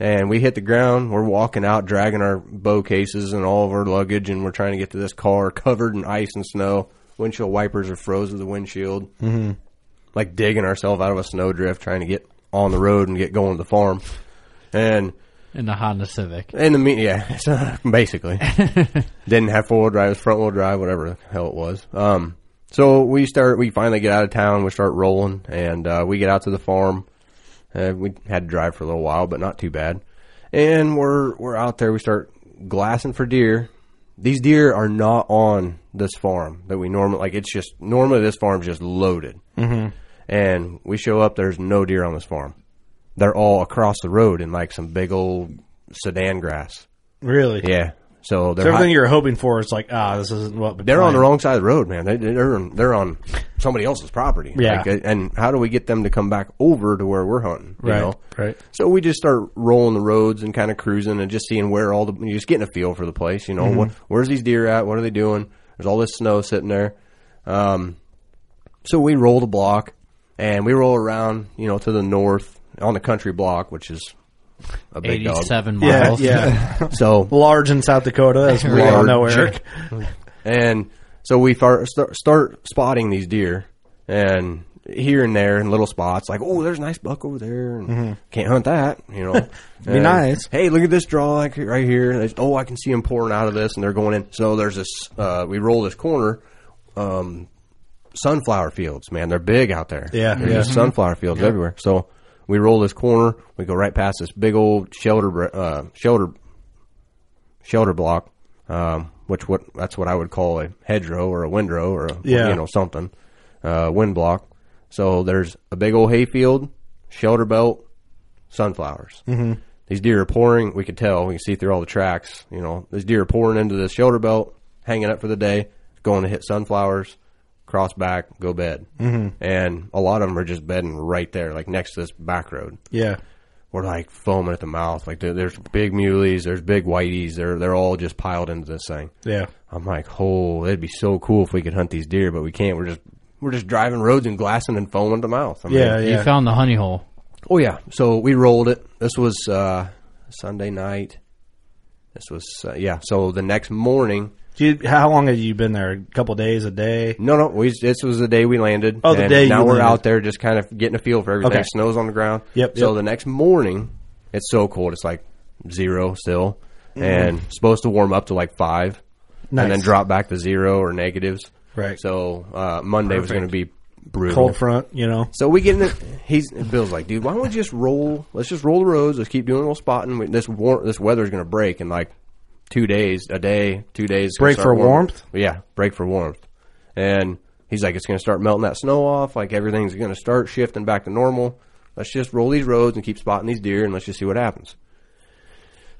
K: And we hit the ground. We're walking out, dragging our bow cases and all of our luggage, and we're trying to get to this car covered in ice and snow. Windshield wipers are froze to the windshield. Mm-hmm. Like digging ourselves out of a snowdrift, trying to get on the road and get going to the farm. and
I: in the Honda Civic.
K: In the me- yeah, so, basically didn't have four wheel drive, it was front wheel drive, whatever the hell it was. Um, so we start, we finally get out of town, we start rolling, and uh, we get out to the farm. Uh, we had to drive for a little while, but not too bad. And we're we're out there, we start glassing for deer. These deer are not on this farm that we normally like. It's just normally this farm's just loaded,
G: Mhm.
K: and we show up. There's no deer on this farm. They're all across the road in like some big old sedan grass.
G: Really?
K: Yeah. So
G: So
K: they're
G: everything
K: high-
G: you're hoping for is like, ah, this isn't what.
K: they're on the wrong side of the road, man. They, they're on, they're on somebody else's property.
G: Yeah.
K: Like, uh, and how do we get them to come back over to where we're hunting? you
G: Right,
K: know?
G: right.
K: So we just start rolling the roads and kind of cruising and just seeing where all the you're just getting a feel for the place. You know,
G: Mhm.
K: what, where's these deer at? What are they doing? There's all this snow sitting there. Um, so we roll the block and we roll around, you know, to the north on the country block, which is a big dog.
I: 87
G: Yeah,
I: miles.
G: yeah.
K: so
G: large in South Dakota, as we all know,
K: Large.
G: Eric.
K: and so we far, start, start spotting these deer, and here and there in little spots, like oh, there's a nice buck over there, and
G: Mhm.
K: can't hunt that, you know.
L: Be
K: And,
L: nice.
K: Hey, look at this draw like, right here. There's- oh, I can see them pouring out of this, and they're going in. So there's this. Uh, we roll this corner. Um, sunflower fields, man, they're big out there.
G: Yeah,
K: There's
G: yeah.
K: just sunflower fields
G: Yeah.
K: everywhere. So we roll this corner. We go right past this big old shelter br- uh, shelter shelter block, um, which what that's what I would call a hedgerow or a windrow or a,
G: Yeah.
K: you know something, uh, wind block. So there's a big old hayfield, shelter belt, sunflowers.
G: Mhm.
K: These deer are pouring. We could tell. We can see through all the tracks. You know, these deer are pouring into this shelter belt, hanging up for the day, going to hit sunflowers, cross back, go bed.
G: Mhm.
K: And a lot of them are just bedding right there, like next to this back road
G: Yeah.
K: we're like foaming at the mouth. Like there- there's big muleys, there's big whiteys. They're they're all just piled into this thing.
G: Yeah.
K: I'm like, oh, it'd be so cool if we could hunt these deer, but we can't. We're just we're just driving roads and glassing and foaming at the mouth. I
I: You found the honey hole.
K: Oh yeah. So we rolled it. This was uh, Sunday night. This was uh, yeah. So the next morning.
G: Do you, how long have you been there? A couple days, a day?
K: No, no. We, this was the day we landed.
G: Oh, the
K: and
G: day
K: Now
G: you
K: we're
G: landed.
K: out there, just kind of getting a feel for everything.
G: Okay.
K: Snow's on the ground.
G: Yep,
K: So
G: yep.
K: the next morning, it's so cold. It's like zero still, and supposed to warm up to like five,
G: Mm-hmm. Nice.
K: and then drop back to zero or negatives.
G: Right.
K: So uh, Monday was going to
G: Perfect.
K: be brutal.
G: Cold front, you know.
K: So we get in. The, he's Bill's like, dude, why don't we just roll? Let's just roll the roads. Let's keep doing a little spotting. We- This war, this weather's going to break in like two days, a day, two days. it's gonna
G: Break
K: start
G: for
K: warming.
G: warmth?
K: Yeah, break for warmth. And he's like, it's going to start melting that snow off. Like everything's going to start shifting back to normal. Let's just roll these roads and keep spotting these deer, and let's just see what happens.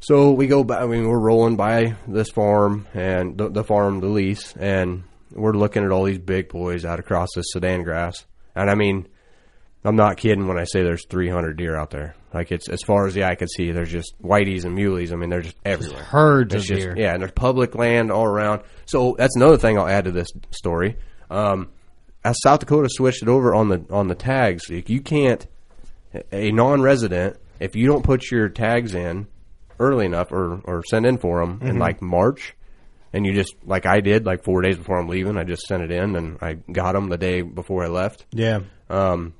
K: So we go by. I mean, we're rolling by this farm and the, the farm, the lease, and we're looking at all these big boys out across this sedan grass. And I mean, I'm not kidding when I say there's 300 deer out there. Like it's as far as the eye could see, there's just whiteys and muleys. I mean, they're just everywhere.
I: herds
K: It's
I: of
K: just-
I: deer.
K: Yeah, and there's public land all around. So that's another thing I'll add to this story. Um, as South Dakota switched it over on the on the tags, like, you can't a non-resident if you don't put your tags in early enough or or send in for them in
G: Mhm.
K: like March, and you just like I did like four days before I'm leaving, I just sent it in and I got them the day before I left.
G: Yeah.
K: Um,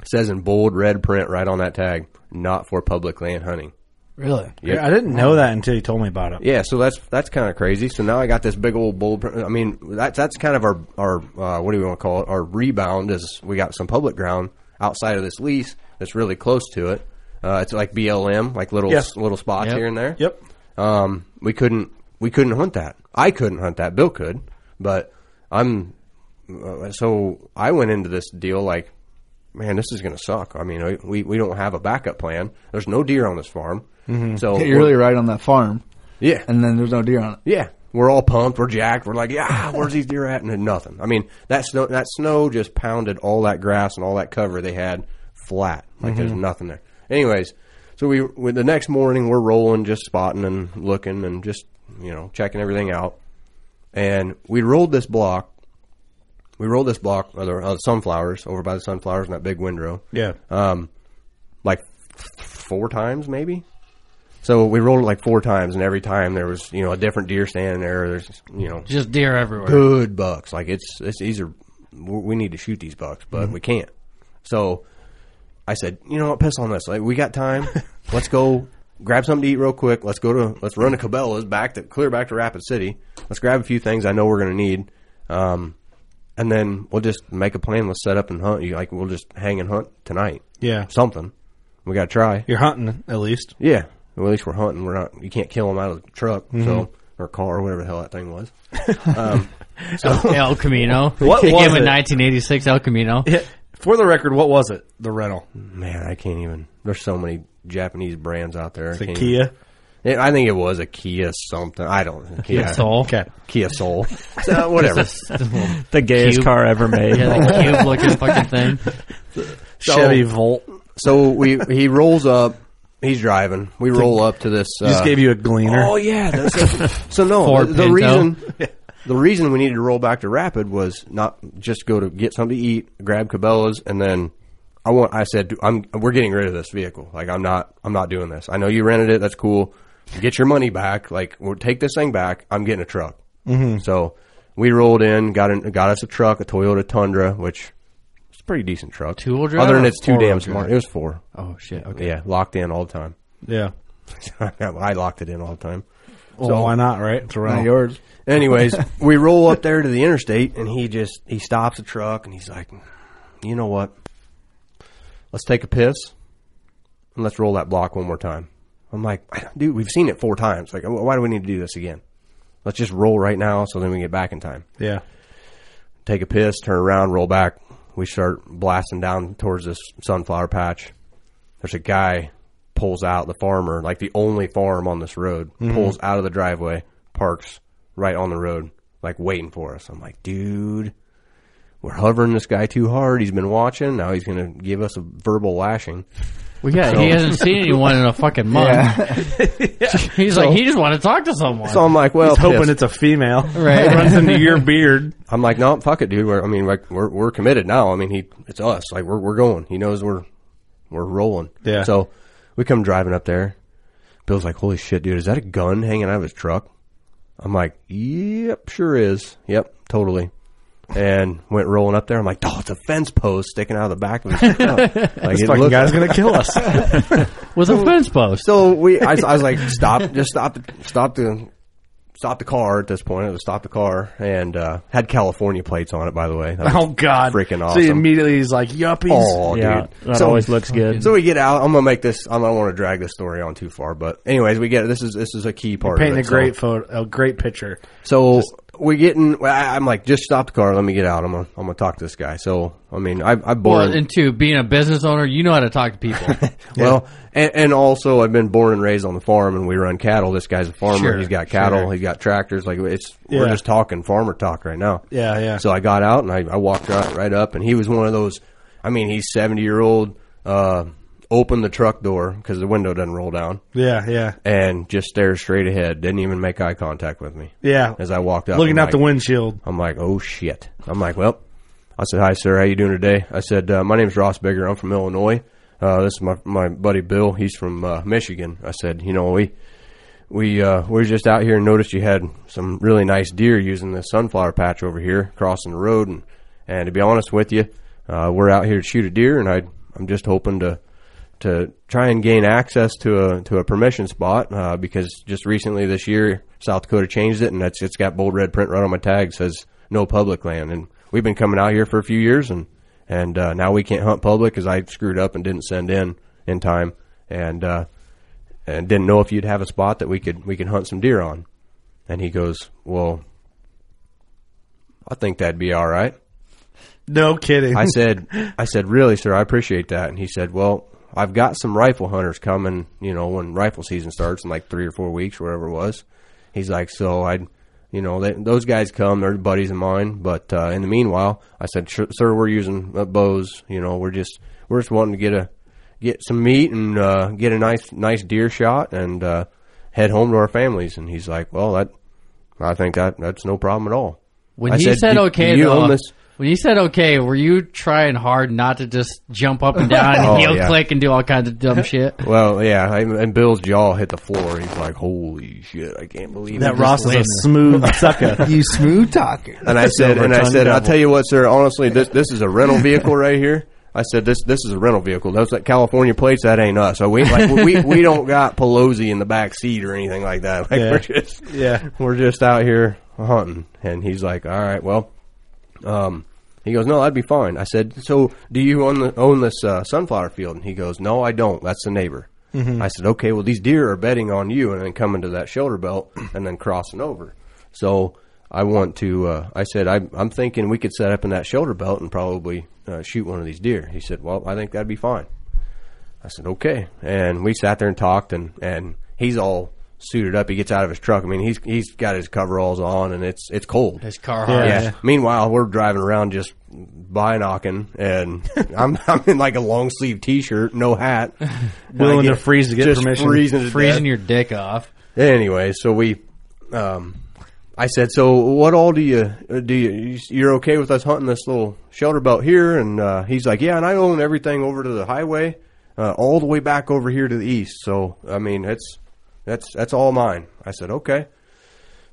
K: it says in bold red print right on that tag, not for public land hunting.
L: Really?
K: Yep.
G: Yeah, I didn't know that until you told me about it.
K: Yeah, so that's that's kind of crazy. So now I got this big old bold. print- I mean, that's that's kind of our our uh, what do we want to call it? Our rebound is we got some public ground outside of this lease that's really close to it. Uh, it's like BLM, like little
G: Yes.
K: little spots
G: Yep.
K: here and there.
G: Yep.
K: Um, we couldn't we couldn't hunt that. I couldn't hunt that. Bill could, but I'm uh, so I went into this deal like, man, this is going to suck. I mean, we we don't have a backup plan. There's no deer on this farm. So
L: you're
K: we're-
L: really right on that farm.
K: Yeah.
L: And then there's no deer on it.
K: yeah, we're all pumped. We're jacked. We're like, yeah, where's these deer at? And then nothing. I mean, that snow, that snow just pounded all that grass and all that cover they had flat. Like there's
G: Mhm.
K: nothing there. Anyways, so we, we the next morning we're rolling, just spotting and looking and just you know checking everything out. And we rolled this block. We rolled this block of the of the sunflowers over by the sunflowers in that big windrow.
G: Yeah.
K: Um, like f- four times maybe. So we rolled it like four times, and every time there was you know a different deer standing there. There's you know
I: Just deer everywhere.
K: good bucks. Like it's it's these are we need to shoot these bucks, but we can't. So I said, you know what, piss on this. Like we got time. Let's go grab something to eat real quick. Let's go to let's run to Cabela's back to clear back to Rapid City. Let's grab a few things I know we're going to need, um, and then we'll just make a plan. Let's set up and hunt. You like we'll just hang and hunt tonight.
G: Yeah.
K: something we got to try.
G: You're hunting at least.
K: Yeah, well, at least we're hunting. We're not. You can't kill them out of the truck.
G: Mhm.
K: So. Or car, or whatever the hell that thing was. Um,
I: El Camino.
G: What
I: They
G: was
I: gave him
G: it?
I: a 1986 El Camino.
G: Yeah. For the record, what was it? The rental.
K: Man, I can't even. There's so many Japanese brands out there.
G: It's a
K: I can't
G: Kia?
K: even- Yeah, I think it was a Kia something. I don't.
G: Kia Soul? Okay.
K: Kia Soul. So, whatever.
J: The gayest
K: Cube.
J: car ever made.
K: Yeah, the cube-looking
I: fucking thing.
G: Chevy Volt.
K: So we he rolls up. He's driving. We roll up to this. uh,
G: Just gave you a gleaner.
K: Oh yeah. that's- so no,
G: Ford
K: the, the
G: Pinto.
K: reason the reason we needed to roll back to Rapid was not just go to get something to eat, grab Cabela's, and then I want. I said, "Dude, I'm we're getting rid of this vehicle. Like I'm not I'm not doing this. I know you rented it. That's cool. Get your money back. Like we'll take this thing back. I'm getting a truck.
I: Mm-hmm.
G: Mhm.
K: So we rolled in, got in, got us a truck, a Toyota Tundra, which it's a pretty decent truck.
I: Two wheel drive
K: Other than
I: or
K: it's too
I: four-wheel
K: damn
I: drive?
K: smart. It was four.
I: Oh, shit. Okay.
K: Yeah, locked in all the time.
G: Yeah.
K: I locked it in all the time.
G: Well, why not, right? It's a rental.
K: yours. Anyways, we roll up there to the interstate, and he just he stops the truck, and he's like, "You know what? Let's take a piss, and let's roll that block one more time." I'm like, "Dude, we've seen it four times. Like, why do we need to do this again? Let's just roll right now, so then we get back in time."
G: Yeah.
K: Take a piss, turn around, roll back. We start blasting down towards this sunflower patch. There's a guy pulls out the farmer, like the only farm on this road,
G: Mhm.
K: pulls out of the driveway, parks right on the road, like waiting for us. I'm like, dude, we're hovering this guy too hard. He's been watching. Now he's going to give us a verbal lashing.
I: Well, yeah,
K: So-
I: he hasn't seen anyone in a fucking month. He's
K: So-
I: like, he just wanted to talk to someone.
K: So I'm like, well,
G: He's hoping
K: pissed.
G: it's a female.
I: Right.
G: Runs into your beard.
K: I'm like, no, fuck it, dude. We're, I mean, like, we're we're committed now. I mean, he, it's us. Like, we're we're going. He knows we're we're rolling.
G: Yeah.
K: So we come driving up there. Bill's like, holy shit, dude, is that a gun hanging out of his truck? I'm like, yep, sure is. Yep, totally. And went rolling up there. I'm like, oh, it's a fence post sticking out of the back of his truck. Like,
G: This
K: it
G: fucking
K: looked-
G: guy's gonna kill us.
I: With a fence post.
K: So we, I, I was like, stop, just stop, the- stop the, stop the car. At this point, it was stop the car, and uh, had California plates on it. By the way, That was
G: Oh God,
K: freaking
G: So he
K: awesome!
G: immediately he's like, "Yuppies."
K: Oh,
J: Yeah,
K: dude,
J: that always looks good.
K: So we get out. I'm gonna make this. I don't want to drag this story on too far, but anyways, we get this is this is a key part.
G: painting
K: of
G: a
K: it, so-
G: great photo, a great picture.
K: so we're getting. well, I- I'm like, just stop the car. Let me get out. I'm gonna, I'm gonna talk to this guy. So I mean, I, I've born.
I: Well, and two, being a business owner, you know how to talk to people.
K: Well, and, and also I've been born and raised on the farm, and we run cattle. This guy's a farmer.
I: Sure,
K: he's got cattle.
I: sure.
K: He's got tractors. Like it's we're
G: Yeah.
K: just talking farmer talk right now.
G: Yeah, yeah.
K: So I got out and I, I walked right, right up, and he was one of those. I mean, he's seventy year old. Uh, opened the truck door because the window doesn't roll down,
G: Yeah, yeah,
K: and just stared straight ahead. Didn't even make eye contact with me.
G: yeah.
K: As I walked up,
G: looking
K: I'm
G: out the
K: like-
G: windshield.
K: I'm like, oh shit. I'm like, well, I said, hi sir, how you doing today? I said, uh, my name's Ross Bigger. I'm from Illinois. Uh, this is my my buddy Bill. He's from uh, Michigan. I said, you know, we we uh, we were just out here and noticed you had some really nice deer using the sunflower patch over here, crossing the road. And and to be honest with you, uh, we're out here to shoot a deer, and I I'm just hoping to to try and gain access to a to a permission spot uh, because just recently this year South Dakota changed it and that's it's got bold red print right on my tag says no public land and we've been coming out here for a few years and and uh, now we can't hunt public because I screwed up and didn't send in in time and uh, and didn't know if you'd have a spot that we could we could hunt some deer on and he goes well I think that'd be all right
G: No kidding.
K: I said, I said, really, sir, I appreciate that. And he said, well, I've got some rifle hunters coming, you know, when rifle season starts in like three or four weeks, whatever it was. He's like, so I, you know, they, those guys come, they're buddies of mine. But uh, in the meanwhile, I said, sure, sir, we're using uh, bows. You know, we're just we're just wanting to get a get some meat and uh, get a nice nice deer shot and uh, head home to our families. And he's like, well, that I think that that's no problem at all.
I: When
K: I
I: he said,
K: "Do-
I: okay,
K: do you
I: though,
K: own this
I: when you said okay, were you trying hard not to just jump up and down and
K: Oh,
I: heel
K: yeah.
I: click and do all kinds of dumb shit?
K: Well, yeah, I- and Bill's jaw hit the floor. He's like, "Holy shit, I can't believe
G: that
K: it."
G: Ross is a smooth sucker.
L: you smooth talker.
K: And I said, and I said, I'll tell you what, sir. Honestly, this this is a rental vehicle right here. I said, "This this is a rental vehicle. Those that California plates, that ain't us. So we like, we we don't got Pelosi in the back seat or anything like that. Like
G: Yeah.
K: we're just
G: Yeah.
K: we're just out here hunting." And he's like, "All right, well." Um, he goes, "No, that'd be fine." I said, "So do you own the, own this uh, sunflower field?" And he goes, "No, I don't. That's the neighbor."
N: Mhm.
K: I said, "Okay, well these deer are betting on you and then coming to that shoulder belt and then crossing over." So I want to. Uh, I said, I'm, "I'm thinking we could set up in that shoulder belt and probably uh, shoot one of these deer." He said, "Well, I think that'd be fine." I said, okay. And we sat there and talked, and, and he's all suited up. He gets out of his truck. I mean, he's he's got his coveralls on, and it's it's cold. His
I: car Yeah. Yeah.
K: Meanwhile, we're driving around just by knocking, and I'm I'm in like a long sleeve t shirt, no hat,
G: Willing to
K: Like,
G: freeze to get
K: just
G: permission.
K: freezing, to
G: Freezing
K: death.
I: your dick off.
K: Anyway, so we, um, I said, so what all do you uh, do? You, you're okay with us hunting this little shelter belt here? And uh, he's like, yeah, and I own everything over to the highway, uh, all the way back over here to the east. So I mean, it's that's that's all mine. I said, okay,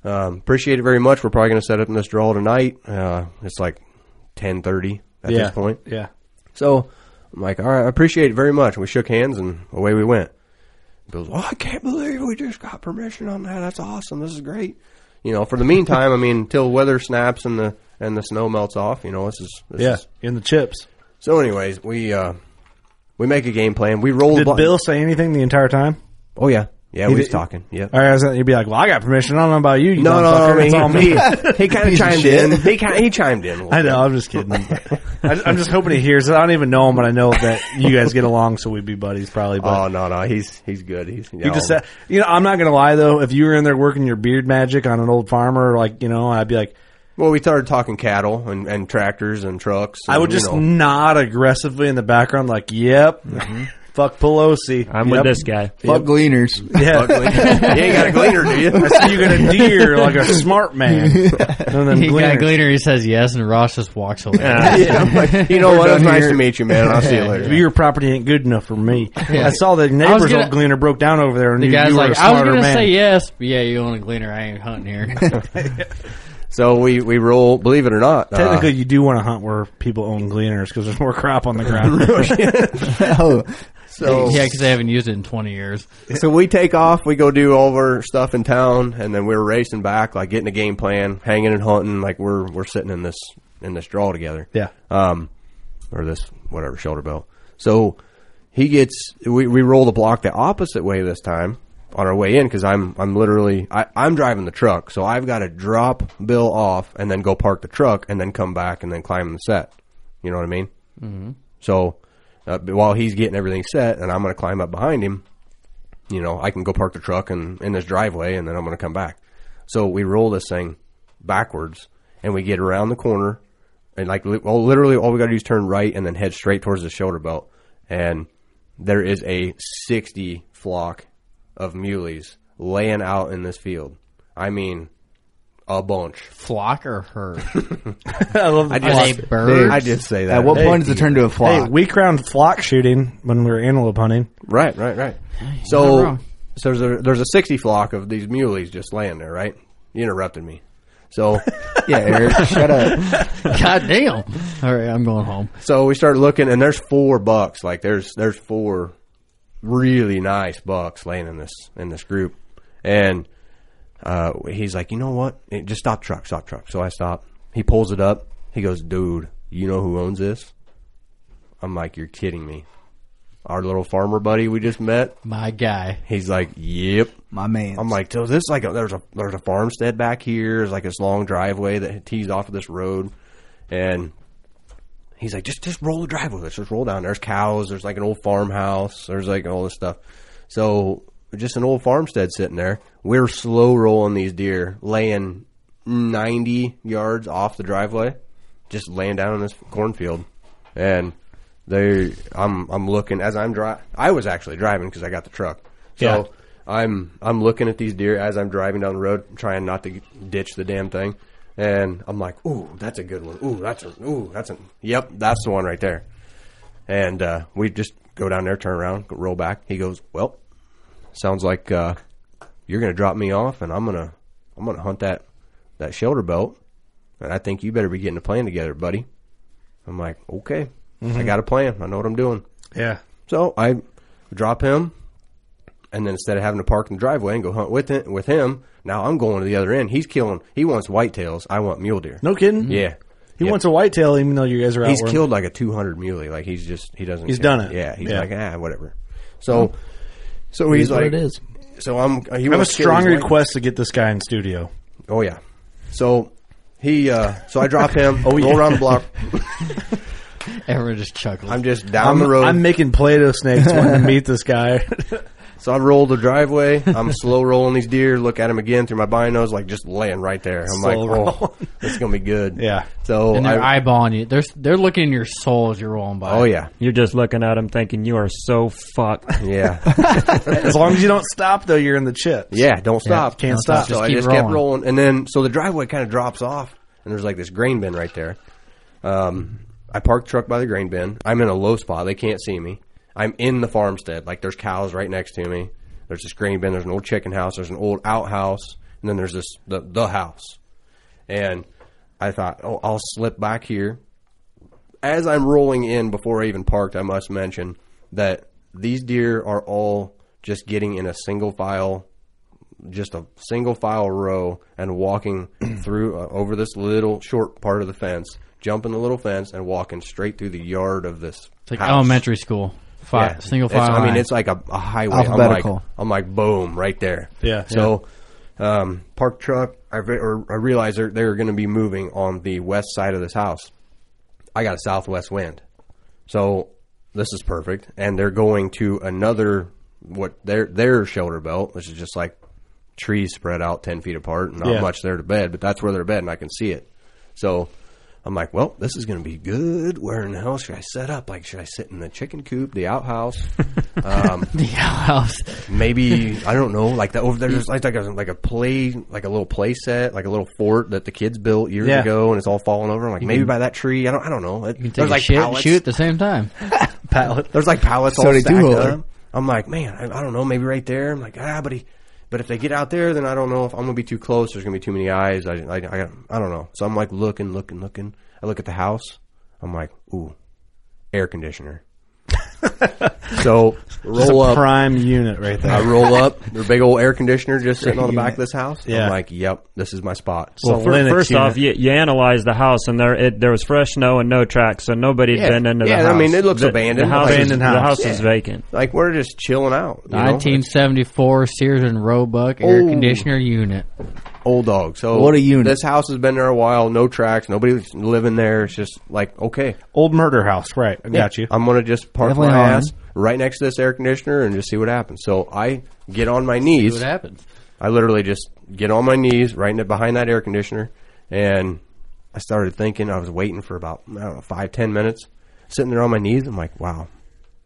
K: um, appreciate it very much. We're probably going to set up in this draw tonight. Uh, it's like ten thirty at
G: Yeah.
K: this point.
G: Yeah.
K: So I'm like, all right, I appreciate it very much. And we shook hands and away we went. Bill's, oh, I can't believe we just got permission on that. That's awesome. This is great. You know, for the meantime, I mean, until weather snaps and the and the snow melts off, you know, this is this
G: Yeah,
K: is, in the chips. So, anyways, we uh we make a game plan. We roll. the
G: Did
K: button.
G: Bill say anything the entire time?
K: Oh yeah, yeah,
G: He
K: we was
G: did-
K: talking. Yeah.
G: All right, I was, you'd be like, "Well, I got permission. I don't know about you. you
K: No, no, no,
G: motherfucker.
K: I mean,
G: It's all me."
K: he- he- he kinda
G: Piece of
K: chimed
G: shit.
K: in. He kinda- he chimed in a little
G: I know. I'm just kidding. I, I'm just hoping he hears. it. I don't even know him, but I know that you guys get along, so we'd be buddies probably. But
K: Oh no, no, he's he's good. He's
H: Oh,
G: You just said, you know, I'm not gonna lie though. If you were in there working your beard magic on an old farmer, like you know, I'd be like,
K: Well, we started talking cattle and, and tractors and trucks.
G: I would
K: and, you
G: just
K: know.
G: nod aggressively in the background, like, "Yep, fuck Pelosi.
J: I'm with this guy.
G: Fuck
L: gleaners.
G: Yeah,
J: Fuck gleaners. You ain't got a gleaner, do you?
G: I see you got a deer like a smart man. None of them
I: he got
G: gleaners.
I: a gleaner. He says yes, and Ross just walks away.
G: Yeah, I'm like, you know We're what? It was done nice here. to meet you, man. I'll see you later. Your property ain't good enough for me. I saw the
I: I was
G: neighbor's
I: gonna-
G: old gleaner broke down over there, and
I: The
G: you,
I: guy's
G: you were a
I: like, I was
G: smarter
I: gonna
G: man.
I: say yes, but yeah, you own a gleaner. I ain't hunting here.
K: So we, we roll, believe it or not. uh,
G: Technically, you do want to hunt where people own gleaners because there's more crop on the ground.
K: So-
I: yeah, because they haven't used it in twenty years.
K: so we take off, we go do all of our stuff in town, and then we're racing back, like getting a game plan, hanging and hunting, like we're we're sitting in this in this draw together.
G: Yeah.
K: Um, or this whatever shoulder belt. So he gets we, we roll the block the opposite way this time on our way in because I'm I'm literally I, I'm driving the truck, so I've got to drop Bill off and then go park the truck and then come back and then climb the set. You know what I mean?
I: Mhm.
K: So uh, while he's getting everything set, and I'm going to climb up behind him, you know, I can go park the truck and in this driveway, and then I'm going to come back. So we roll this thing backwards, and we get around the corner, and like li- well, literally all we got to do is turn right and then head straight towards the shoulder belt, and there is a 60 flock of muleys laying out in this field. I mean, a bunch.
I: Flock or herd?
G: I love
K: I just, I did say that.
G: Hey, we crowned flock shooting when we were antelope hunting.
K: Right, right, right.
G: not
K: So,
G: wrong.
K: so there's a, there's a sixty flock of these muleys just laying there, right? You interrupted me. So,
L: Yeah, Eric, shut up.
I: God damn! All right, I'm going home.
K: So we start looking, and there's four bucks. Like there's there's four really nice bucks laying in this in this group, and uh, he's like, you know what? Eh, Just stop truck, stop truck. So I stop. He pulls it up. He goes, dude, you know who owns this? I'm like, you're kidding me. Our little farmer buddy we just met,
I: my guy.
K: He's like, "Yep,
L: my man."
K: I'm like, "So this like a, there's a there's a farmstead back here. There's like this long driveway that tees off of this road, and he's like, just just roll the driveway. Let's just roll down. There's cows. There's like an old farmhouse. There's like all this stuff. So just an old farmstead sitting there. We're slow rolling these deer, laying ninety yards off the driveway, just laying down in this cornfield, and they. I'm I'm looking as I'm dri I was actually driving because I got the truck. So
G: Yeah.
K: I'm I'm looking at these deer as I'm driving down the road, trying not to ditch the damn thing. And I'm like, ooh, that's a good one. Ooh, that's a ooh, that's a yep, that's the one right there. And uh, we just go down there, turn around, go- roll back. He goes, well, sounds like uh, you're gonna drop me off, and I'm gonna I'm gonna hunt that that shoulder belt. And I think you better be getting a plan together, buddy. I'm like, okay. I
G: Mhm.
K: got a plan. I know what I'm doing.
G: Yeah.
K: So I drop him, and then instead of having to park in the driveway and go hunt with it, with him, now I'm going to the other end. He's killing. He wants whitetails. I want mule deer. Mm-hmm.
G: No kidding.
K: Yeah.
G: He
K: Yeah.
G: wants a whitetail, even though you guys are out.
K: He's
G: where-
K: killed like a 200 muley. Like he's just he doesn't.
G: He's
K: care.
G: done it.
K: Yeah. He's
G: Yeah.
K: like ah whatever. So so he's
G: It is what
K: like
G: it is.
K: So I'm. uh,
G: I
K: He
G: have a
K: wants to kill
G: strong
K: his white-
G: request to get this guy in studio.
K: Oh yeah. So he uh so I drop him.
G: Oh,
K: oh
G: yeah.
K: roll around the block.
I: Everyone just chuckles.
K: I'm just down
G: I'm,
K: the road.
G: I'm making Play-Doh snakes when I meet this guy.
K: So I roll the driveway. I'm slow rolling these deer. Look at him again through my binos, like just laying right there. I'm
I: Slow
K: like, oh, it's gonna be good. Yeah. So
I: and they're
K: I, Oh,
I: eyeballing you. They're they're looking in your soul as you're rolling by.
J: You're just looking at him thinking you are so fucked.
K: Yeah.
G: as long as you don't stop, though, you're in the chips.
K: yeah, don't stop.
G: Can't stop.
K: So I just kept rolling, and then so the driveway kind of drops off, and there's like this grain bin right there. Um, I park the truck by the grain bin. I'm in a low spot. They can't see me. I'm in the farmstead. Like there's cows right next to me. There's this grain bin. There's an old chicken house. There's an old outhouse, and then there's this the, the house. And I thought, oh, I'll slip back here. As I'm rolling in before I even parked, I must mention that these deer are all just getting in a single file, just a single file row, and walking through uh, over this little short part of the fence, jumping the little fence, and walking straight through the yard of this.
I: It's like
K: house.
I: elementary school. Fi-
K: Yeah.
I: Single
K: It's-
I: file.
K: I mean,
I: line.
K: it's like a, a highway.
I: Alphabetical.
K: I'm like, I'm like, boom, right there.
I: Yeah.
K: So, um, parked truck. I, re- or I realized they're, they're going to be moving on the west side of this house. I got a southwest wind, so this is perfect. And they're going to another what their their shoulder belt, which is just like trees spread out ten feet apart, and not
G: Yeah.
K: much there to bed, but that's where they're bed, and I can see it. So I'm like, well, this is going to be good. Where in the hell should I set up? Like, should I sit in the chicken coop, the outhouse, um,
I: the outhouse?
K: Maybe I don't know. Like the over there, there's like like a, like a play, like a little play set, like a little fort that the kids built years
I: Yeah.
K: ago, and it's all falling over. I'm like,
I: You
K: maybe
I: can-
K: by that tree. I don't. I don't know. It,
I: You can take a shit and shoot at the same time.
K: pallet. There's like pallets
I: So
K: all
I: they
K: stacked
I: do
K: up.
I: over.
K: I'm like, man, I, I don't know. Maybe right there. I'm like, ah, but he, but if they get out there, then I don't know if I'm gonna be too close. There's gonna be too many eyes. I, I, I, I don't know. So I'm like looking, looking, looking. I look at the house. I'm like, ooh, air conditioner. so roll
G: Just a
K: up
G: prime unit right there.
K: I roll up their big old air conditioner just sitting on the back of this house.
G: Yeah.
K: I'm like, yep, this is my spot.
J: Well, fir- first off, you, you analyze the house, and there it, there was fresh snow and no tracks, so nobody'd
K: Yeah.
J: been into
K: Yeah,
J: the house.
K: I mean, it looks
J: The-
K: abandoned.
J: The house, is-
K: Abandoned
J: The
K: house.
J: house is
K: Yeah.
J: vacant.
K: like we're just chilling out. you know?
I: 1974 Sears and Roebuck air
K: Oh.
I: conditioner unit.
K: Old dog. So
I: What a unit.
K: This house has been there a while. No tracks. Nobody's living there. It's just like okay,
G: Old murder house. Right. I got you.
K: I'm gonna just park
G: Definitely
K: my
G: not.
K: ass right next to this air conditioner and just see what happens. So I get on my knees.
I: what happens.
K: I literally just get on my knees right in, behind that air conditioner, and I started thinking. I was waiting for about I don't know five ten minutes, sitting there on my knees. I'm like, wow,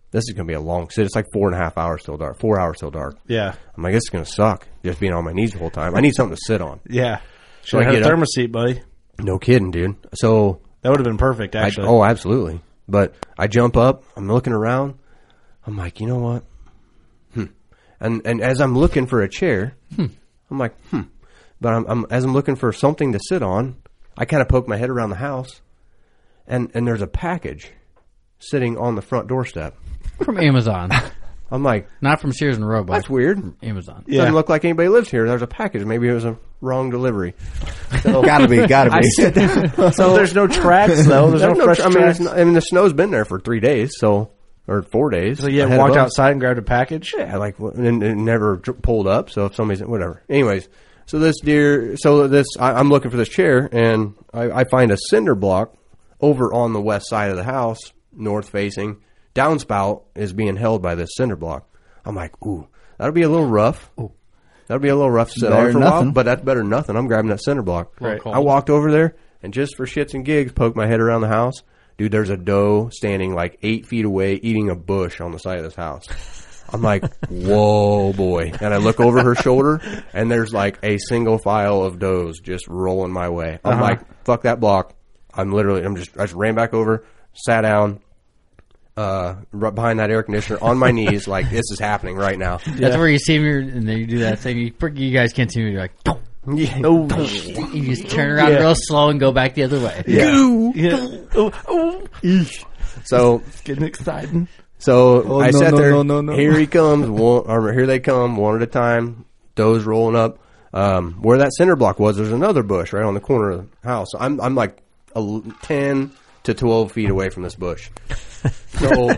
K: this is gonna be a long sit. It's like four and a half hours till dark. Four hours till dark.
G: Yeah.
K: I'm like, this is gonna suck. Just being on my knees the whole time. I need something to sit on.
G: Yeah. Should
K: So I
G: have had
K: get
G: a
K: up.
G: thermoset, buddy.
K: No kidding, dude. So
G: That would have been perfect,
K: I-
G: actually.
K: oh, absolutely. But I jump up. I'm looking around. I'm like, you know what? Hmm. And and as I'm looking for a chair, I'm like, hmm. But I'm, I'm as I'm looking for something to sit on, I kind of poke my head around the house, and and there's a package sitting on the front doorstep.
I: From Amazon.
K: I'm like,
I: Not from Sears and Roebuck.
K: That's weird.
I: From Amazon.
K: Doesn't look like anybody lives here. There's a package. Maybe it was a wrong delivery. So-
L: Gotta be, gotta be.
K: I sit down.
G: So there's no tracks, though? There's no fresh
K: I mean,
G: tracks?
K: it's not- I mean, the snow's been there for three days, so or four days.
G: So you
K: ahead of
G: walked
K: us.
G: outside and grabbed a package?
K: Yeah, like wh- and it never dr- pulled up. So if somebody's whatever. Anyways, so this deer, so this I, I'm looking for this chair, and I, I find a cinder block over on the west side of the house, north facing. Downspout is being held by this cinder block. I'm like, ooh, that'll be a little rough. That'll be a little rough to sit
L: Better
K: on for a while,
L: nothing.
K: but that's better than nothing. I'm grabbing that cinder block.
L: Little Right. cold.
K: I walked over there and just for shits and gigs, poked my head around the house. Dude, there's a doe standing like eight feet away eating a bush on the side of this house. I'm like, whoa, boy. And I look over her shoulder and there's like a single file of does just rolling my way. I'm
G: Uh-huh.
K: like, fuck that block. I'm literally, I'm just, I just ran back over, sat down, uh, right behind that air conditioner on my knees, like, this is happening right now.
I: That's where you see me, and then you do that thing. You, you guys can't see me. You're like,
K: yeah.
I: you just turn around
G: Yeah.
I: real slow and go back the other way.
K: Yeah.
G: Yeah. Oh, oh.
K: So
L: getting exciting.
K: So
L: Oh,
K: I
L: no,
K: sat
L: no,
K: there.
L: no, no, no.
K: Here he comes. One, or here they come, one at a time. Does rolling up. Um, where that center block was, there's another bush right on the corner of the house. I'm I'm like a, ten to twelve feet away from this bush. So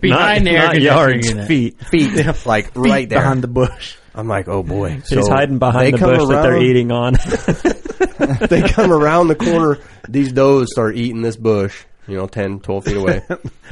I: Behind the air
K: not
I: conditioning unit.
K: feet, feet, like right there
G: behind the bush.
K: I'm like, oh boy,
J: He's hiding behind
K: they
J: the
K: come
J: bush that they're
K: around-
J: eating on.
K: they come around the corner. These does start eating this bush, you know, 10, 12 feet away.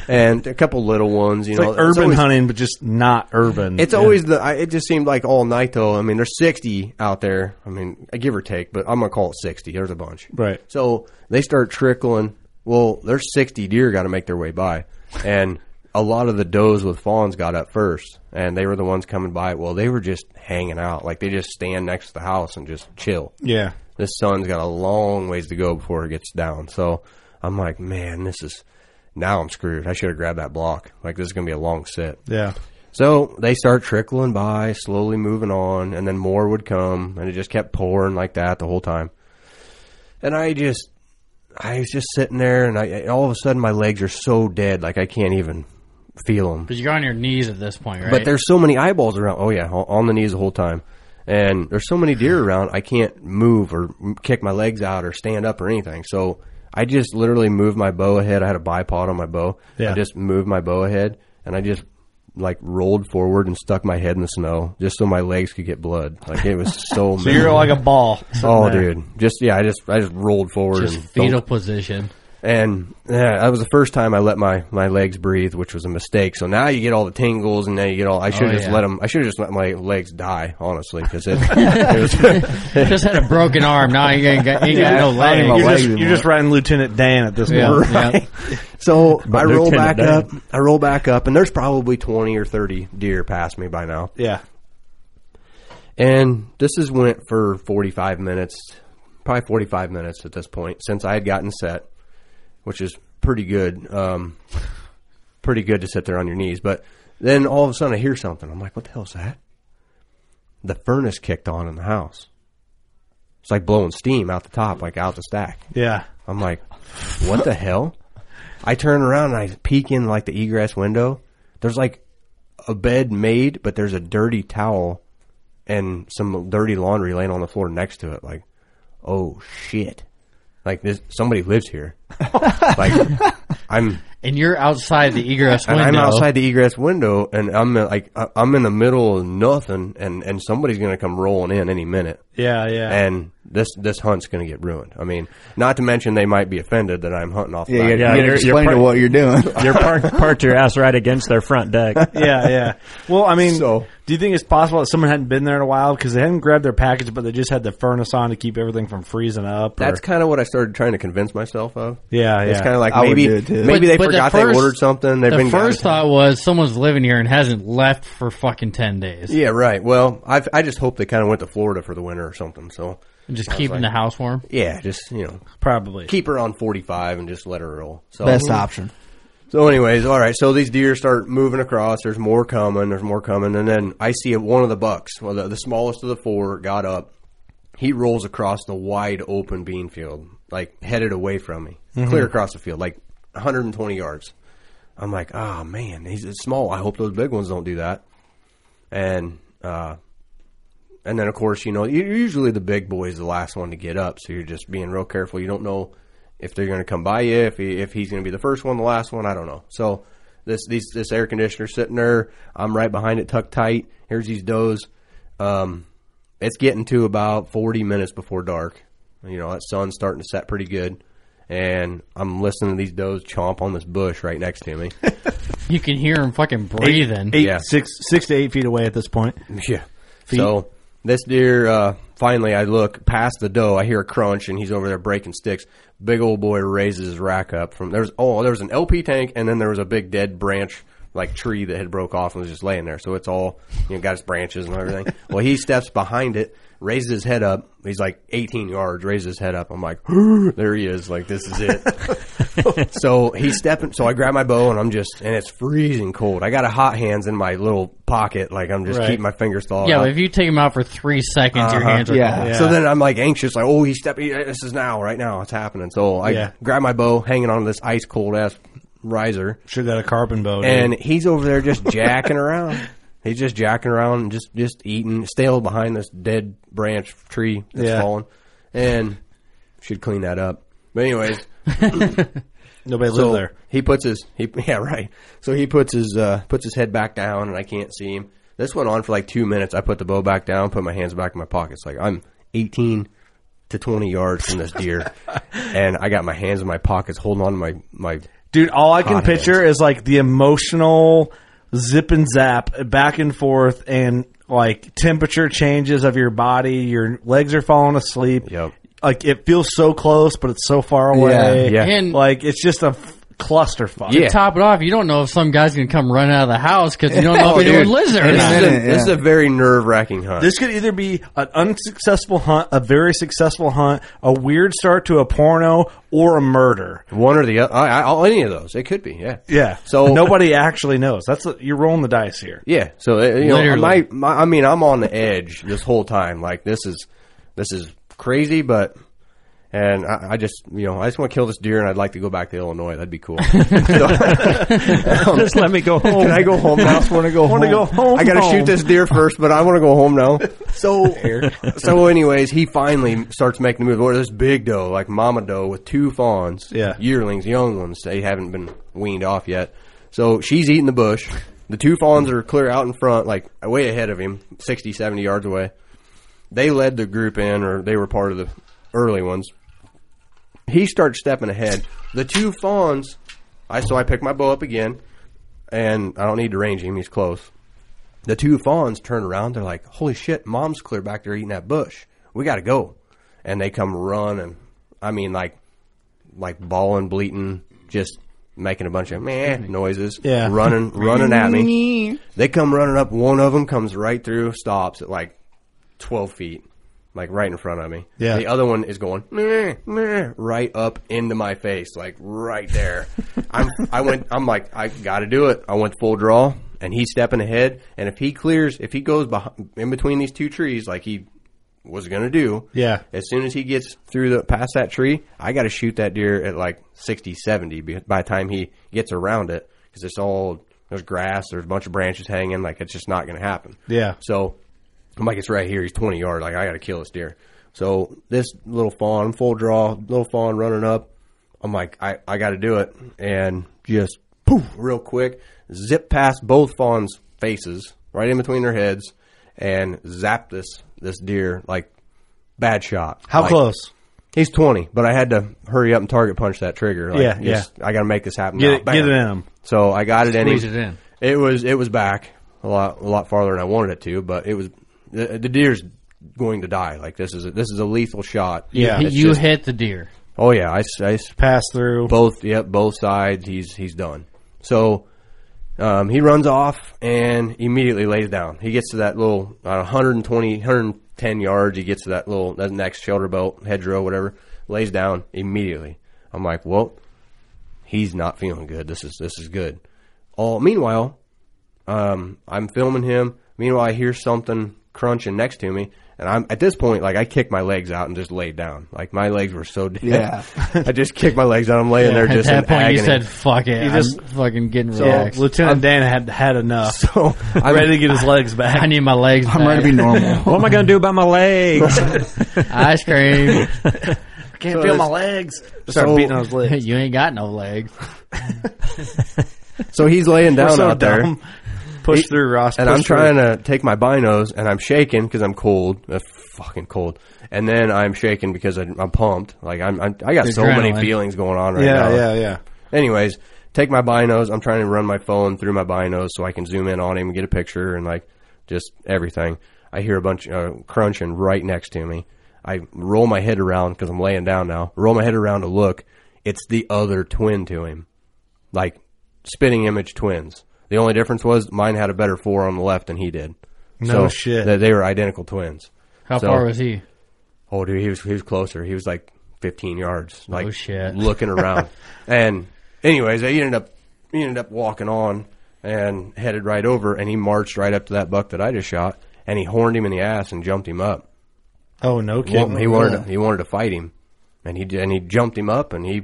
K: and a couple little ones, you
G: It's
K: know.
G: like urban
K: always,
G: hunting, but just not urban.
K: It's
G: Yeah.
K: always the, I, it just seemed like all night though. I mean, there's 60 out there. I mean, give or take, but I'm going to call it 60. There's a bunch.
G: Right.
K: So they start trickling. Well, there's 60 deer got to make their way by. And a lot of the does with fawns got up first, and they were the ones coming by. Well, they were just hanging out. Like they just stand next to the house and just chill.
G: Yeah.
K: This sun's got a long ways to go before it gets down. So I'm like, man, this is. Now I'm screwed. I should have grabbed that block. Like this is going to be a long sit.
G: Yeah.
K: So they start trickling by, slowly moving on, and then more would come, and it just kept pouring like that the whole time. And I just, I was just sitting there, and I and all of a sudden my legs are so dead, like I can't even feel them.
I: Because you're on your knees at this point, right?
K: But there's so many eyeballs around. Oh yeah, on on the knees the whole time. And there's so many deer around, I can't move or m- kick my legs out or stand up or anything. So I just literally moved my bow ahead. I had a bipod on my bow.
G: Yeah.
K: I just moved my bow ahead and I just like rolled forward and stuck my head in the snow just so my legs could get blood. Like it was so.
G: So you're
K: miserable.
G: like a ball sitting
K: Oh,
G: there.
K: dude, just yeah, I just I just rolled forward
I: Just
K: and
I: fetal
K: don't-
I: position.
K: and yeah, that was the first time I let my, my legs breathe, which was a mistake. So now you get all the tingles, and now you get all. I should have
I: Oh,
K: just
I: yeah.
K: let them. I should have just let my legs die, honestly, because it, it was.
I: Just had a broken arm. Now you ain't got, you ain't got no leg.
G: You're, just, you're just riding Lieutenant Dan at this
I: Yeah,
G: point.
I: yeah.
K: So
G: But
K: I roll
G: Lieutenant
K: back
G: Dan.
K: up. I roll back up, and there's probably twenty or thirty deer past me by now.
G: Yeah.
K: And this has went for 45 minutes, probably 45 minutes at this point since I had gotten set, which is pretty good. Um, pretty good to sit there on your knees. But then all of a sudden I hear something. I'm like, what the hell's that? The furnace kicked on in the house. It's like blowing steam out the top, like out the stack.
G: Yeah.
K: I'm like, what the hell? I turn around and I peek in like the egress window. There's like a bed made, but there's a dirty towel and some dirty laundry laying on the floor next to it. Like, oh shit! Like this, somebody lives here. like, I'm
I: And you're outside the egress
K: and
I: window.
K: I'm outside the egress window, and I'm uh, like, I- I'm in the middle of nothing, and and somebody's gonna come rolling in any minute
G: Yeah, yeah.
K: and this this hunt's going to get ruined. I mean, not to mention they might be offended that I'm hunting off.
L: Yeah, you
K: the back.
L: gotta, you gotta
J: you're- you're
L: explain
J: part-
L: to what you're doing.
J: You're park, parked your ass right against their front deck.
G: yeah, yeah. Well, I mean,
K: So-
G: do you think it's possible that someone hadn't been there in a while because they hadn't grabbed their package, but they just had the furnace on to keep everything from freezing up? or-
K: That's kind of what I started trying to convince myself of.
G: yeah, yeah.
K: It's kind of like
L: I would
K: maybe
L: do it, too.
K: maybe
I: But-
K: they
I: but the
K: forgot
I: first-
K: they ordered something. They've
I: the
K: been
I: first
K: gone.
I: thought was someone's living here and hasn't left for fucking 10 days.
K: Yeah, right. Well, I I just hope they kind of went to Florida for the winter or something. So
I: And Just keeping the house warm.
K: yeah, just you know,
G: probably.
K: keep her on 45 and just let her roll. So mm-hmm.
L: Best option.
K: So, anyways, all right. So these deer start moving across. There's more coming. There's more coming, and then I see one of the bucks, well, the, the smallest of the four, got up. He rolls across the wide open bean field, like headed away from me,
L: Mm-hmm.
K: clear across the field, like 120 yards. I'm like, oh man, he's it's small. I hope those big ones don't do that. And uh, and then of course, you know, u- usually the big boy is the last one to get up, so you're just being real careful. You don't know if they're going to come by you, if he, if he's going to be the first one, the last one. I don't know. So this these this air conditioner sitting there, I'm right behind it, tucked tight. Here's these does. Um, it's getting to about 40 minutes before dark. You know, that sun's starting to set pretty good. And I'm listening to these does chomp on this bush right next to me.
I: You can hear him fucking breathing.
G: Eight,
K: Yeah.
G: six, six to eight feet away at this point.
K: Yeah. So this deer, uh, finally, I look past the doe. I hear a crunch, and he's over there breaking sticks. Big old boy raises his rack up from there's oh there was an LP tank, and then there was a big dead branch like tree that had broke off and was just laying there. So it's all you know got its branches and everything. well, he steps behind it, raises his head up. He's like 18 yards, raises his head up. I'm like, there he is. Like this is it. so he's stepping. So I grab my bow and I'm just and it's freezing cold. I got a hot hands in my little pocket. Like I'm just
G: Right.
K: keeping my fingers thawed.
I: yeah,
K: out.
I: but if you take him out for three seconds, your
K: Uh-huh.
I: hands are
L: yeah.
I: cold.
K: So then I'm like anxious, like, oh, he's stepping. This is now, right now, it's happening. So I
G: Yeah.
K: grab my bow, hanging on to this ice cold ass riser.
G: Should have got a carbon boat.
K: And he's over there just jacking around. He's just jacking around and just, just eating stale behind this dead branch tree that's
G: Yeah.
K: fallen. And should clean that up. But anyways,
G: Nobody
K: so
G: lived there.
K: He puts his he yeah right. So he puts his uh, puts his head back down, and I can't see him. This went on for like two minutes. I put the bow back down, put my hands back in my pockets. Like I'm 18 to 20 yards from this deer, and I got my hands in my pockets, holding on to my my
G: Dude, all I can
K: Hot
G: picture is like the emotional zip and zap back and forth and like temperature changes of your body, your legs are falling asleep. Yep. Like it feels so close but it's so far away.
I: Yeah, yeah. And-
G: like it's just a f- clusterfuck.
I: To top it off, you don't know if some guy's going to come running out of the house because you don't know
K: Oh,
I: if anyone
K: dude.
I: lives there or
K: This,
I: not.
K: is a, this is a very nerve wracking hunt.
G: This could either be an unsuccessful hunt, a very successful hunt, a weird start to a porno, or a murder.
K: One or the other. I, I, any of those. It could be. Yeah.
G: Yeah.
K: So-
G: nobody actually knows. That's a, you're rolling the dice here.
K: Yeah. So uh, you know,
G: Literally.
K: my, my, I mean, I'm on the edge this whole time. Like this is this is crazy, but and I, I just you know I just want to kill this deer, and I'd like to go back to Illinois. That'd be cool.
J: Just let me go home.
K: Can I go home now?
J: Just wanna go
K: Oh. Wanna
J: home.
K: I gotta
J: home.
K: shoot this deer first, but I want to go home now. So, so anyways, he finally starts making the move. Or this big doe, like mama doe with two fawns,
G: Yeah.
K: yearlings, young ones. They haven't been weaned off yet. So she's eating the bush. The two fawns are clear out in front, like way ahead of him, 60, 70 yards away. They led the group in, or they were part of the early ones. He starts stepping ahead. The two fawns, I so I pick my bow up again, and I don't need to range him. He's close. The two fawns turn around. They're like, "Holy shit, mom's clear back there eating that bush. We got to go." And they come running. I mean, like, like bawling, bleating, just making a bunch of meh noises.
G: Yeah.
K: running, running at me. They come running up. One of them comes right through, stops at like twelve feet, like right in front of me.
G: Yeah.
K: The other one is going meh, meh, right up into my face, like right there. I'm, I went. I'm like, I got to do it. I went full draw, and he's stepping ahead. And if he clears, if he goes behind, in between these two trees, like he was going to do,
G: Yeah.
K: As soon as he gets through the past that tree, I got to shoot that deer at like 60, 70 be- by the time he gets around it because it's all there's grass, there's a bunch of branches hanging. Like it's just not going to happen.
G: Yeah.
K: So I'm like, it's right here. He's 20 yards. Like, I got to kill this deer. So this little fawn, full draw, little fawn running up. I'm like, I, I got to do it. And just poof, real quick, zip past both fawns' faces, right in between their heads, and zap this, this deer like bad shot.
G: How
K: Like,
G: close?
K: He's 20, but I had to hurry up and target punch that trigger. Like,
G: Yeah,
K: just- I got to make this happen.
G: Get
K: now.
G: it- get it in 'em.
K: So I got it in.
I: Squeeze
K: him.
I: it in.
K: It was it was back a lot a lot farther than I wanted it to, but it was the, the deer's going to die. Like this is a, this is a lethal shot.
I: Yeah. You-
K: It's
I: you
K: just-
I: hit the deer.
K: Oh yeah, I, s- I s-
G: pass through
K: both. Yep, both sides. He's he's done. So um, he runs off and immediately lays down. He gets to that little uh, 120, 110 yards. He gets to that little that next shelter belt, hedgerow, whatever. Lays down immediately. I'm like, well, he's not feeling good. This is this is good. All meanwhile, um, I'm filming him. Meanwhile, I hear something crunching next to me, and I'm at this point like I kicked my legs out and just laid down. Like my legs were so dead.
I: Yeah.
K: I just kicked my legs out. I'm laying there
I: At
K: just
I: that
K: in
I: point,
K: agony.
I: you said, "Fuck it."
K: You
I: I'm
K: just-
I: fucking getting
G: So
I: relaxed.
G: Lieutenant Dan had had enough.
K: So
I: I'm-
G: ready to get his legs back.
I: I need my legs.
G: I'm ready to be normal.
J: What am I going to do about my legs?
I: Ice cream.
G: I can't
I: So
G: feel my
I: it's-
G: legs. Start beating on his legs.
I: you ain't got no legs.
K: So he's laying
G: We're
K: down
G: so
K: out
G: dumb.
K: there.
G: Push
K: He-
G: through, Ross.
K: And
G: push
K: I'm trying to take my binos, and I'm shaking because I'm cold, uh, fucking cold. And then I'm shaking because I, I'm pumped. Like I'm, I'm I got
G: The
K: so
G: adrenaline.
K: many feelings going on right
G: Yeah,
K: now.
G: yeah, yeah.
K: Anyways, take my binos. I'm trying to run my phone through my binos so I can zoom in on him and get a picture and like just everything. I hear a bunch of uh, crunching right next to me. I roll my head around because I'm laying down now. Roll my head around to look. It's the other twin to him like spinning image twins. The only difference was mine had a better four on the left than he did.
G: No shit.
K: That they were identical twins.
I: How far was he?
K: Oh, dude, he was he was closer. He was like 15 yards. Like
I: shit.
K: looking around. and anyways, he ended up he ended up walking on and headed right over, and he marched right up to that buck that I just shot, and he horned him in the ass and jumped him up.
G: Oh no,
K: He wa-
G: kidding.
K: He wanted to, he wanted to fight him, and he j- and he jumped him up, and he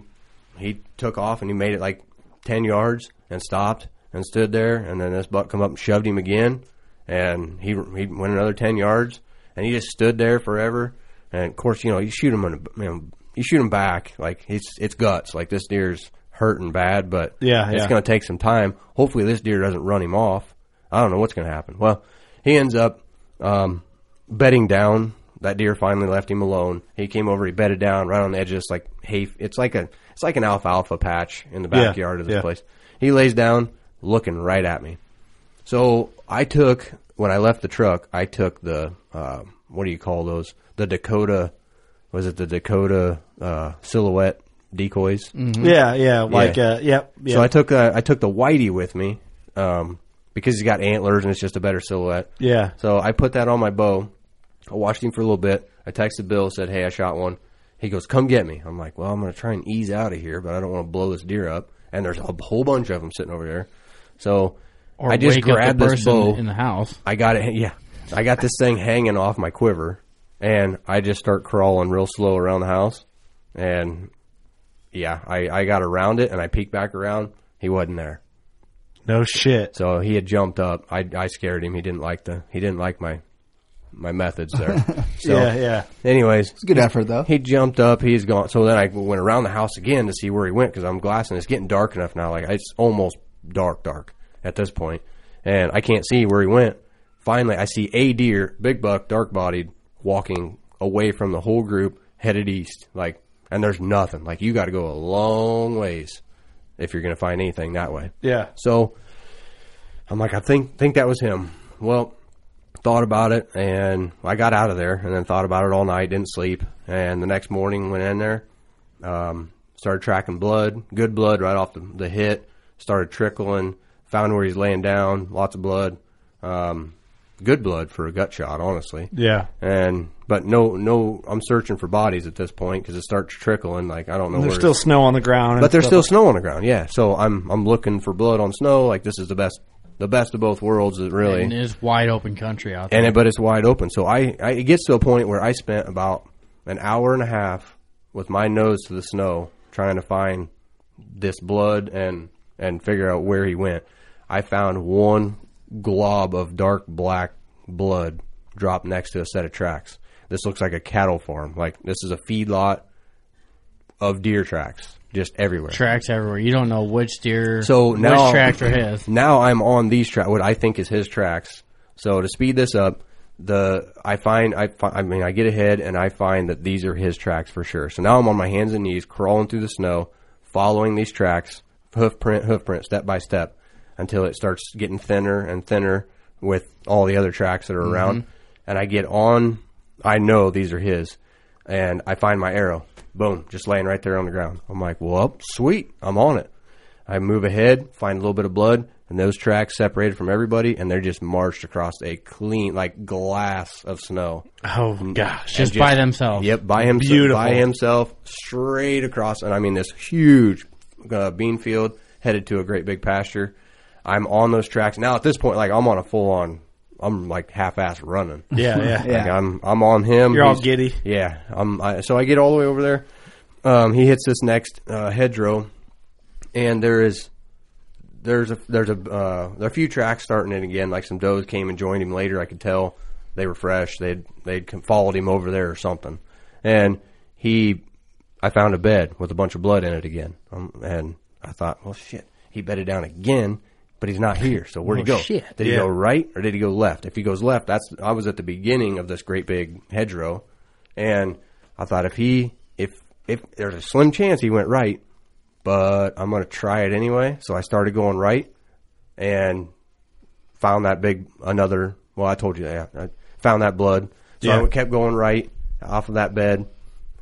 K: he took off, and he made it like ten yards and stopped and stood there, and then this buck come up and shoved him again, and he he went another ten yards, and he just stood there forever. And of course, you know, you shoot him in, a, you, know, you shoot him back, like it's it's guts, like this deer's hurting bad, but
G: Yeah,
K: it's
G: yeah.
K: going to take some time. Hopefully, this deer doesn't run him off. I don't know what's going to happen. Well, he ends up um, bedding down. That deer finally left him alone. He came over, he bedded down right on the edge of this like hay. It's like a it's like an alfalfa patch in the
G: Yeah,
K: backyard of this
G: yeah.
K: place. He lays down, looking right at me. So I took when I left the truck, I took the uh, what do you call those? The Dakota was it the Dakota uh, silhouette decoys?
G: Mhm. Yeah, yeah, like, uh, yep, yeah.
K: So I took uh, I took the whitey with me um, because he's got antlers and it's just a better silhouette.
G: Yeah.
K: So I put that on my bow. I watched him for a little bit. I texted Bill, said, "Hey, I shot one." He goes, "Come get me." I'm like, "Well, I'm going to try and ease out of here, but I don't want to blow this deer up." And there's a whole bunch of them sitting over there. So
I: Or
K: I just
I: wake up the
K: grabbed this
I: person
K: bow
I: in the house.
K: I got it. Yeah, I got this thing hanging off my quiver, and I just start crawling real slow around the house, and yeah, I I got around it and I peeked back around. He wasn't there.
G: No shit.
K: So he had jumped up. I I scared him. He didn't like the he didn't like my my methods there. So,
L: Yeah, yeah.
K: Anyways,
L: It's a good effort, though.
K: He jumped up. He's gone. So then I went around the house again to see where he went because I'm glassing. It's getting dark enough now. Like it's almost dark, dark at this point, and I can't see where he went. Finally, I see a deer, big buck, dark bodied, walking away from the whole group, headed east. Like, and there's nothing. Like you got to go a long ways if you're going to find anything that way.
G: Yeah.
K: So I'm like, I think think that was him. Well, thought about it, and I got out of there, and then thought about it all night, didn't sleep, and the next morning went in there, um, started tracking blood, good blood right off the, the hit, started trickling, found where he's laying down, lots of blood, um, good blood for a gut shot, honestly.
G: Yeah.
K: And but no, no, I'm searching for bodies at this point because it starts trickling. Like I don't know.
G: And there's
K: where-
G: still snow on the ground and
K: but there's
G: stuff
K: still
G: like-
K: snow on the ground. Yeah, so I'm I'm looking for blood on snow. Like this is the best, the best of both worlds. Is really
I: And it's wide open country out there.
K: and it, but it's wide open. So I, I it gets to a point where I spent about an hour and a half with my nose to the snow trying to find this blood and and figure out where he went. I found one glob of dark black blood dropped next to a set of tracks. This looks like a cattle farm. Like this is a feedlot of deer tracks just everywhere.
I: tracks everywhere. You don't know which deer.
K: So now
I: which tracks are his.
K: Now I'm on these tracks, what I think is his tracks. So to speed this up, the I find I fi- I mean I get ahead and I find that these are his tracks for sure. So now I'm on my hands and knees crawling through the snow, following these tracks, hoof print, hoof print, step by step, until it starts getting thinner and thinner with all the other tracks that are around.
I: Mhm.
K: And I get on. I know these are his, and I find my arrow. Boom, just laying right there on the ground. I'm like, well, sweet, I'm on it. I move ahead, find a little bit of blood, and those tracks separated from everybody, and they're just marched across a clean, like glass of snow.
G: Oh gosh,
K: And
I: Just by themselves.
K: Yep, by himself.
I: Beautiful.
K: By himself, straight across, and I mean this huge uh, bean field headed to a great big pasture. I'm on those tracks now. At this point, like I'm on a full on. I'm like half-ass running.
G: Yeah, yeah.
K: Like,
G: Yeah.
K: I'm I'm on him.
G: You're all
K: He's-
G: giddy.
K: Yeah. Um. I, so I get all the way over there. Um. He hits this next uh, hedgerow, and there is there's a there's a uh, there are a few tracks starting it again. Like some does came and joined him later. I could tell they were fresh. They'd they'd come- followed him over there or something. And he, I found a bed with a bunch of blood in it again. Um, and I thought, well, shit, he bedded down again, but he's not here. So where'd he
I: Well,
K: go?
I: shit.
K: Did he
I: Yeah.
K: go right or did he go left? If he goes left, that's I was at the beginning of this great big hedgerow, and I thought if he if if there's a slim chance he went right, but I'm gonna try it anyway. So I started going right, and found that big another. Well, I told you that I found that blood. So
G: Yeah.
K: I kept going right off of that bed,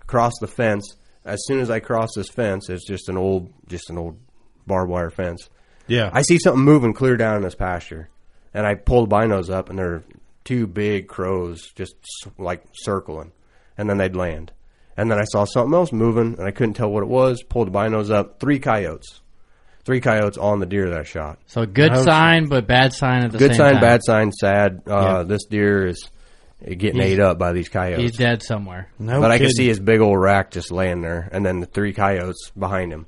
K: across the fence. As soon as I crossed this fence, it's just an old just an old barbed wire fence.
G: Yeah.
K: I see something moving clear down in this pasture, and I pull the binos up, and there are two big crows just s- like circling, and then they'd land. And then I saw something else moving, and I couldn't tell what it was. Pulled the binos up, three coyotes, three coyotes on the deer that I shot.
I: So good
K: Oh,
I: sign, but bad sign at the
K: Good
I: same
K: sign,
I: time.
K: bad sign, sad. Uh,
I: Yeah.
K: This deer is getting
I: He's-
K: ate up by these coyotes.
I: He's dead somewhere.
K: but I could see his big old rack just laying there, and then the three coyotes behind him.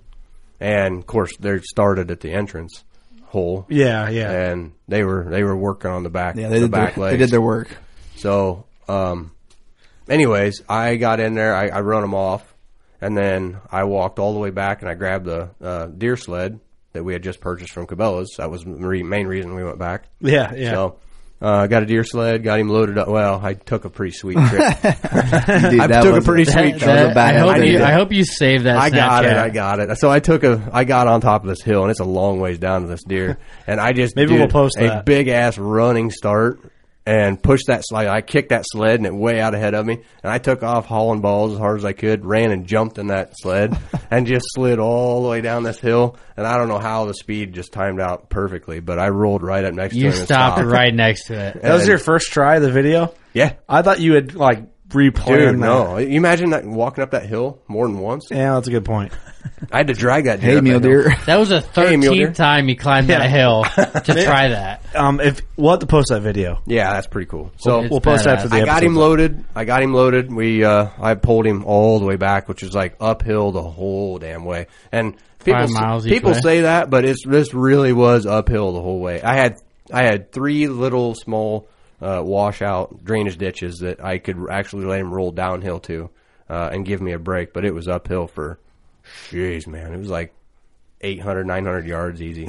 K: and of course they started at the entrance hole.
G: Yeah, yeah.
K: And they were they were working on the back.
L: Yeah, they
K: the
L: did their-
K: back
L: they
K: legs.
L: did their work.
K: So, um, anyways, I got in there. I, I run them off, and then I walked all the way back and I grabbed the uh, deer sled that we had just purchased from Cabela's. That was the re- main reason we went back.
G: Yeah, yeah.
K: So. Uh, got a deer sled, got him loaded up. Well, I took a pretty sweet trip. I
I: that
K: took a
I: was-
K: pretty
I: that-
K: sweet trip.
I: that was a bad I hope idea. you- I hope you saved that
K: I got it.
I: Snapchat.
K: I got it. So I took a. I got on top of this hill, and it's a long ways down to this deer. And I just
G: Maybe
K: did
G: we'll post
K: a
G: that.
K: big ass running start and pushed that slide. I kicked that sled, and it way out ahead of me. And I took off hauling balls as hard as I could, ran and jumped in that sled, and just slid all the way down this hill. And I don't know how the speed just timed out perfectly, but I rolled right up next to
I: You
K: him. and
I: stopped right next to it.
G: That was
K: And-
G: your first try, the video?
K: Yeah.
G: I thought you had, like, replanned
K: Dude,
G: that.
K: no! You imagine that walking up that hill more than once.
G: Yeah, that's a good point.
K: I had to drag that. Deer
G: Hey,
K: up
G: mule
K: that hill.
G: deer.
I: That was the
K: Hey, mule deer.
I: thirteenth time he climbed
G: Yeah.
I: that hill to try that.
G: Um, if we'll have to post that video.
K: Yeah, that's pretty cool.
G: So
K: So
G: we'll, post that for the
K: I
G: episode.
K: got him loaded. I got him loaded. We uh, I pulled him all the way back, which is like uphill the whole damn way. And people
I: Five
K: s-
I: miles each
K: people
I: way.
K: say that, but it's this really was uphill the whole way. I had I had three little small uh, washout drainage ditches that I could actually let him roll downhill to uh, and give me a break, but it was uphill for jeez man, it was like 800 900 yards easy.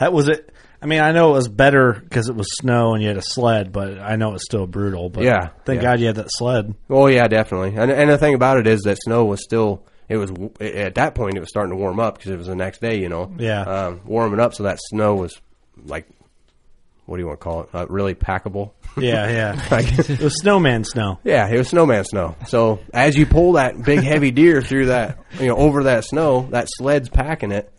G: That was it. I mean, I know it was better because it was snow and you had a sled, but I know it was still brutal. But
K: Yeah,
G: thank
K: yeah.
G: God you had that sled.
K: Oh yeah, definitely. And and the thing about it is that snow was still it was at that point it was starting to warm up because it was the next day, you know.
G: Yeah.
K: Um, warming up, so that snow was like, what do you want to call it? Uh, really packable.
G: Yeah, yeah. it was snowman snow.
K: Yeah, it was snowman snow. So as you pull that big heavy deer through that, you know, over that snow, that sled's packing it.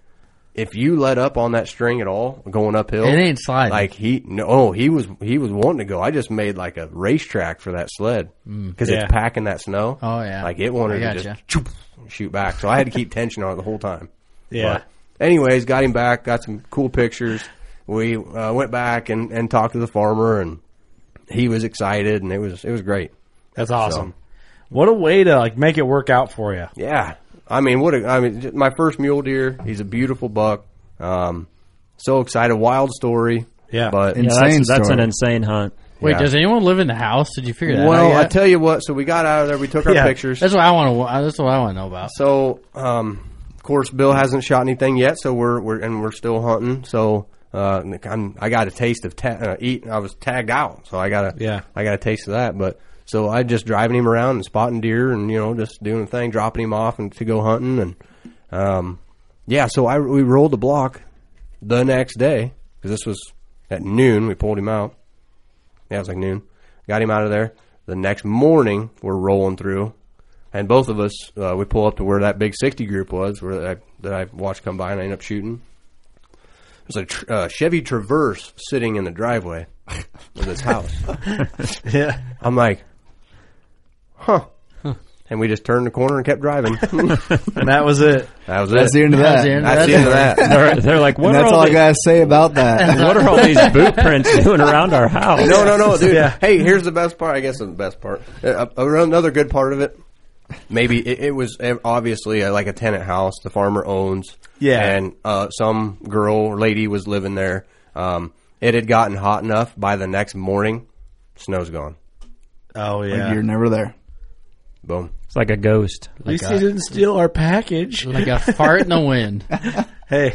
K: If you let up on that string at all, going uphill,
I: It ain't sliding.
K: Like he, no, oh, he was he was wanting to go. I just made like a racetrack for that sled
I: Mm.
K: because
I: Yeah.
K: it's packing that snow.
I: Oh, yeah.
K: like it wanted
I: I
K: to
I: gotcha.
K: just choop, shoot back. So I had to keep tension on it the whole time.
G: Yeah.
K: But anyways, got him back. Got some cool pictures. We uh, went back and and talked to the farmer, and he was excited, and it was it was great.
G: That's awesome. What a way to like make it work out for you.
K: Yeah, I mean, what? A, I mean, j- my first mule deer. He's a beautiful buck. Um, so excited, wild story.
G: Yeah,
K: but
J: Yeah, that's- Insane that's story. an insane hunt.
I: Wait,
K: Yeah.
I: does anyone live in the house? Did you figure that
K: Well,
I: out?
K: I
I: yet?
K: tell you what. So we got out of there. We took our
I: Yeah.
K: pictures.
I: That's what I want to. That's what I want to know about.
K: So, um, of course, Bill hasn't shot anything yet. So we're we're and we're still hunting. So. Uh, I'm, I got a taste of ta- uh, eat. I was tagged out, so I got a
G: Yeah.
K: I got a taste of that. But so I just driving him around and spotting deer, and you know just doing the thing, dropping him off and to go hunting, and um, yeah. So I we rolled the block the next day because this was at noon. We pulled him out. Yeah, it was like noon. Got him out of there. The next morning, we're rolling through, and both of us uh, we pull up to where that big sixty group was, where that I, that I watched come by, and I end up shooting. There's a tr- uh, Chevy Traverse sitting in the driveway of this house.
G: yeah,
K: I'm like, huh. And we just turned the corner and kept driving.
G: And that was it.
K: That was
L: That's
K: it.
L: the end of That's that. the end of
K: That's
L: that
K: the end of
L: story.
K: that.
L: They're- they're like, what And that's are all all I the- gotta say about that.
J: What are all these boot prints doing around our house?
K: No, no, no, dude.
J: Yeah.
K: Hey, here's the best part. I guess the best part. Uh, uh, another good part of it. Maybe it, it was uh, obviously uh, like a tenant house the farmer owns.
G: Yeah.
K: And uh, some girl or lady was living there. Um, it had gotten hot enough by the next morning, snow's gone.
G: Oh
L: Like,
G: yeah.
L: you're never there.
K: Boom.
J: It's like a ghost.
G: At least you didn't steal our package.
I: Like a fart in the wind.
G: hey,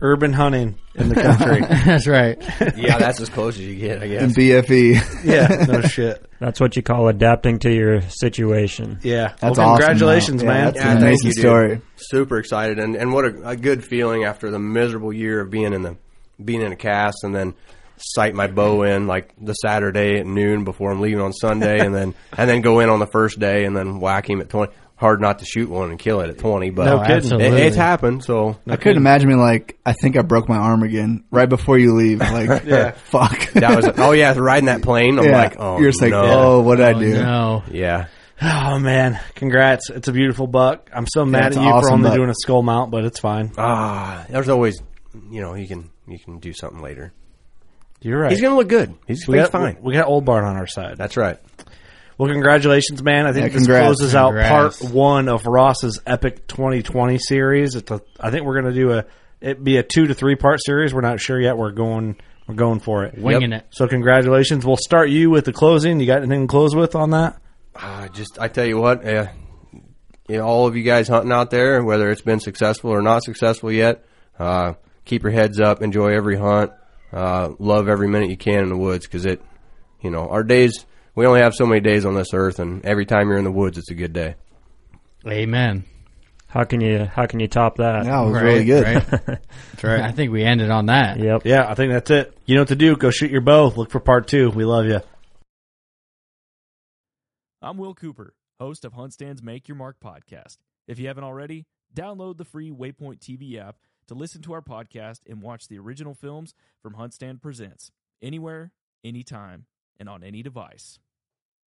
G: urban hunting in the country.
I: That's right.
K: Yeah, that's as close as you get, I guess.
L: And BFE.
G: Yeah, no shit.
J: That's what you call adapting to your situation.
G: Yeah,
L: That's awesome,
G: congratulations,
L: though. Yeah,
G: man.
L: that's
K: Yeah,
L: an
K: thank
L: amazing
K: you, dude.
L: story.
K: Super excited, and and what a, a good feeling after the miserable year of being in the being in a cast, and then sight my bow in like the Saturday at noon before I'm leaving on Sunday, and then and then go in on the first day, and then whack him at twenty. Hard not to shoot one and kill it at twenty, but
L: No kidding.
K: It,
L: Absolutely.
K: it's happened. So
L: I couldn't imagine me like I think I broke my arm again right before you leave. Like
K: Yeah.
L: fuck.
K: That was oh yeah, riding that plane. I'm
L: Yeah.
K: like oh,
L: You're just like,
K: no.
L: oh, what'd I Oh, do?
I: no.
K: yeah.
G: Oh man, congrats! It's a beautiful buck. I'm so mad
K: it's
G: at
K: an
G: you for
K: awesome
G: only
K: buck.
G: doing a skull mount, but it's fine.
K: Ah, there's always you know you can you can do something later.
G: You're right.
K: He's gonna look good. He's,
G: we
K: he's
G: got,
K: fine.
G: We got old barn on our side.
K: That's right.
H: Well, congratulations, man. I think
O: Yeah,
H: this
O: congrats.
H: closes
O: Congrats.
H: out part one of Ross's Epic 2020 series. It's a, I think we're going to do a it be a two to three part series. We're not sure yet. We're going we're going for it.
I: Winging it.
H: So congratulations. We'll start you with the closing. You got anything to close with on that?
K: I Uh, just I tell you what, uh, you know, all of you guys hunting out there, whether it's been successful or not successful yet, uh, keep your heads up, enjoy every hunt, uh, love every minute you can in the woods because it, you know, our days we only have so many days on this earth, and every time you're in the woods, it's a good day.
I: Amen.
D: How can you how can you top that?
O: No, it was really good.
I: That's right. I think we ended on that.
D: Yep.
H: Yeah, I think that's it. You know what to do. Go shoot your bow. Look for part two. We love you.
P: I'm Will Cooper, host of Hunt Stand's Make Your Mark podcast. If you haven't already, download the free Waypoint TV app to listen to our podcast and watch the original films from Hunt Stand Presents anywhere, anytime, and on any device.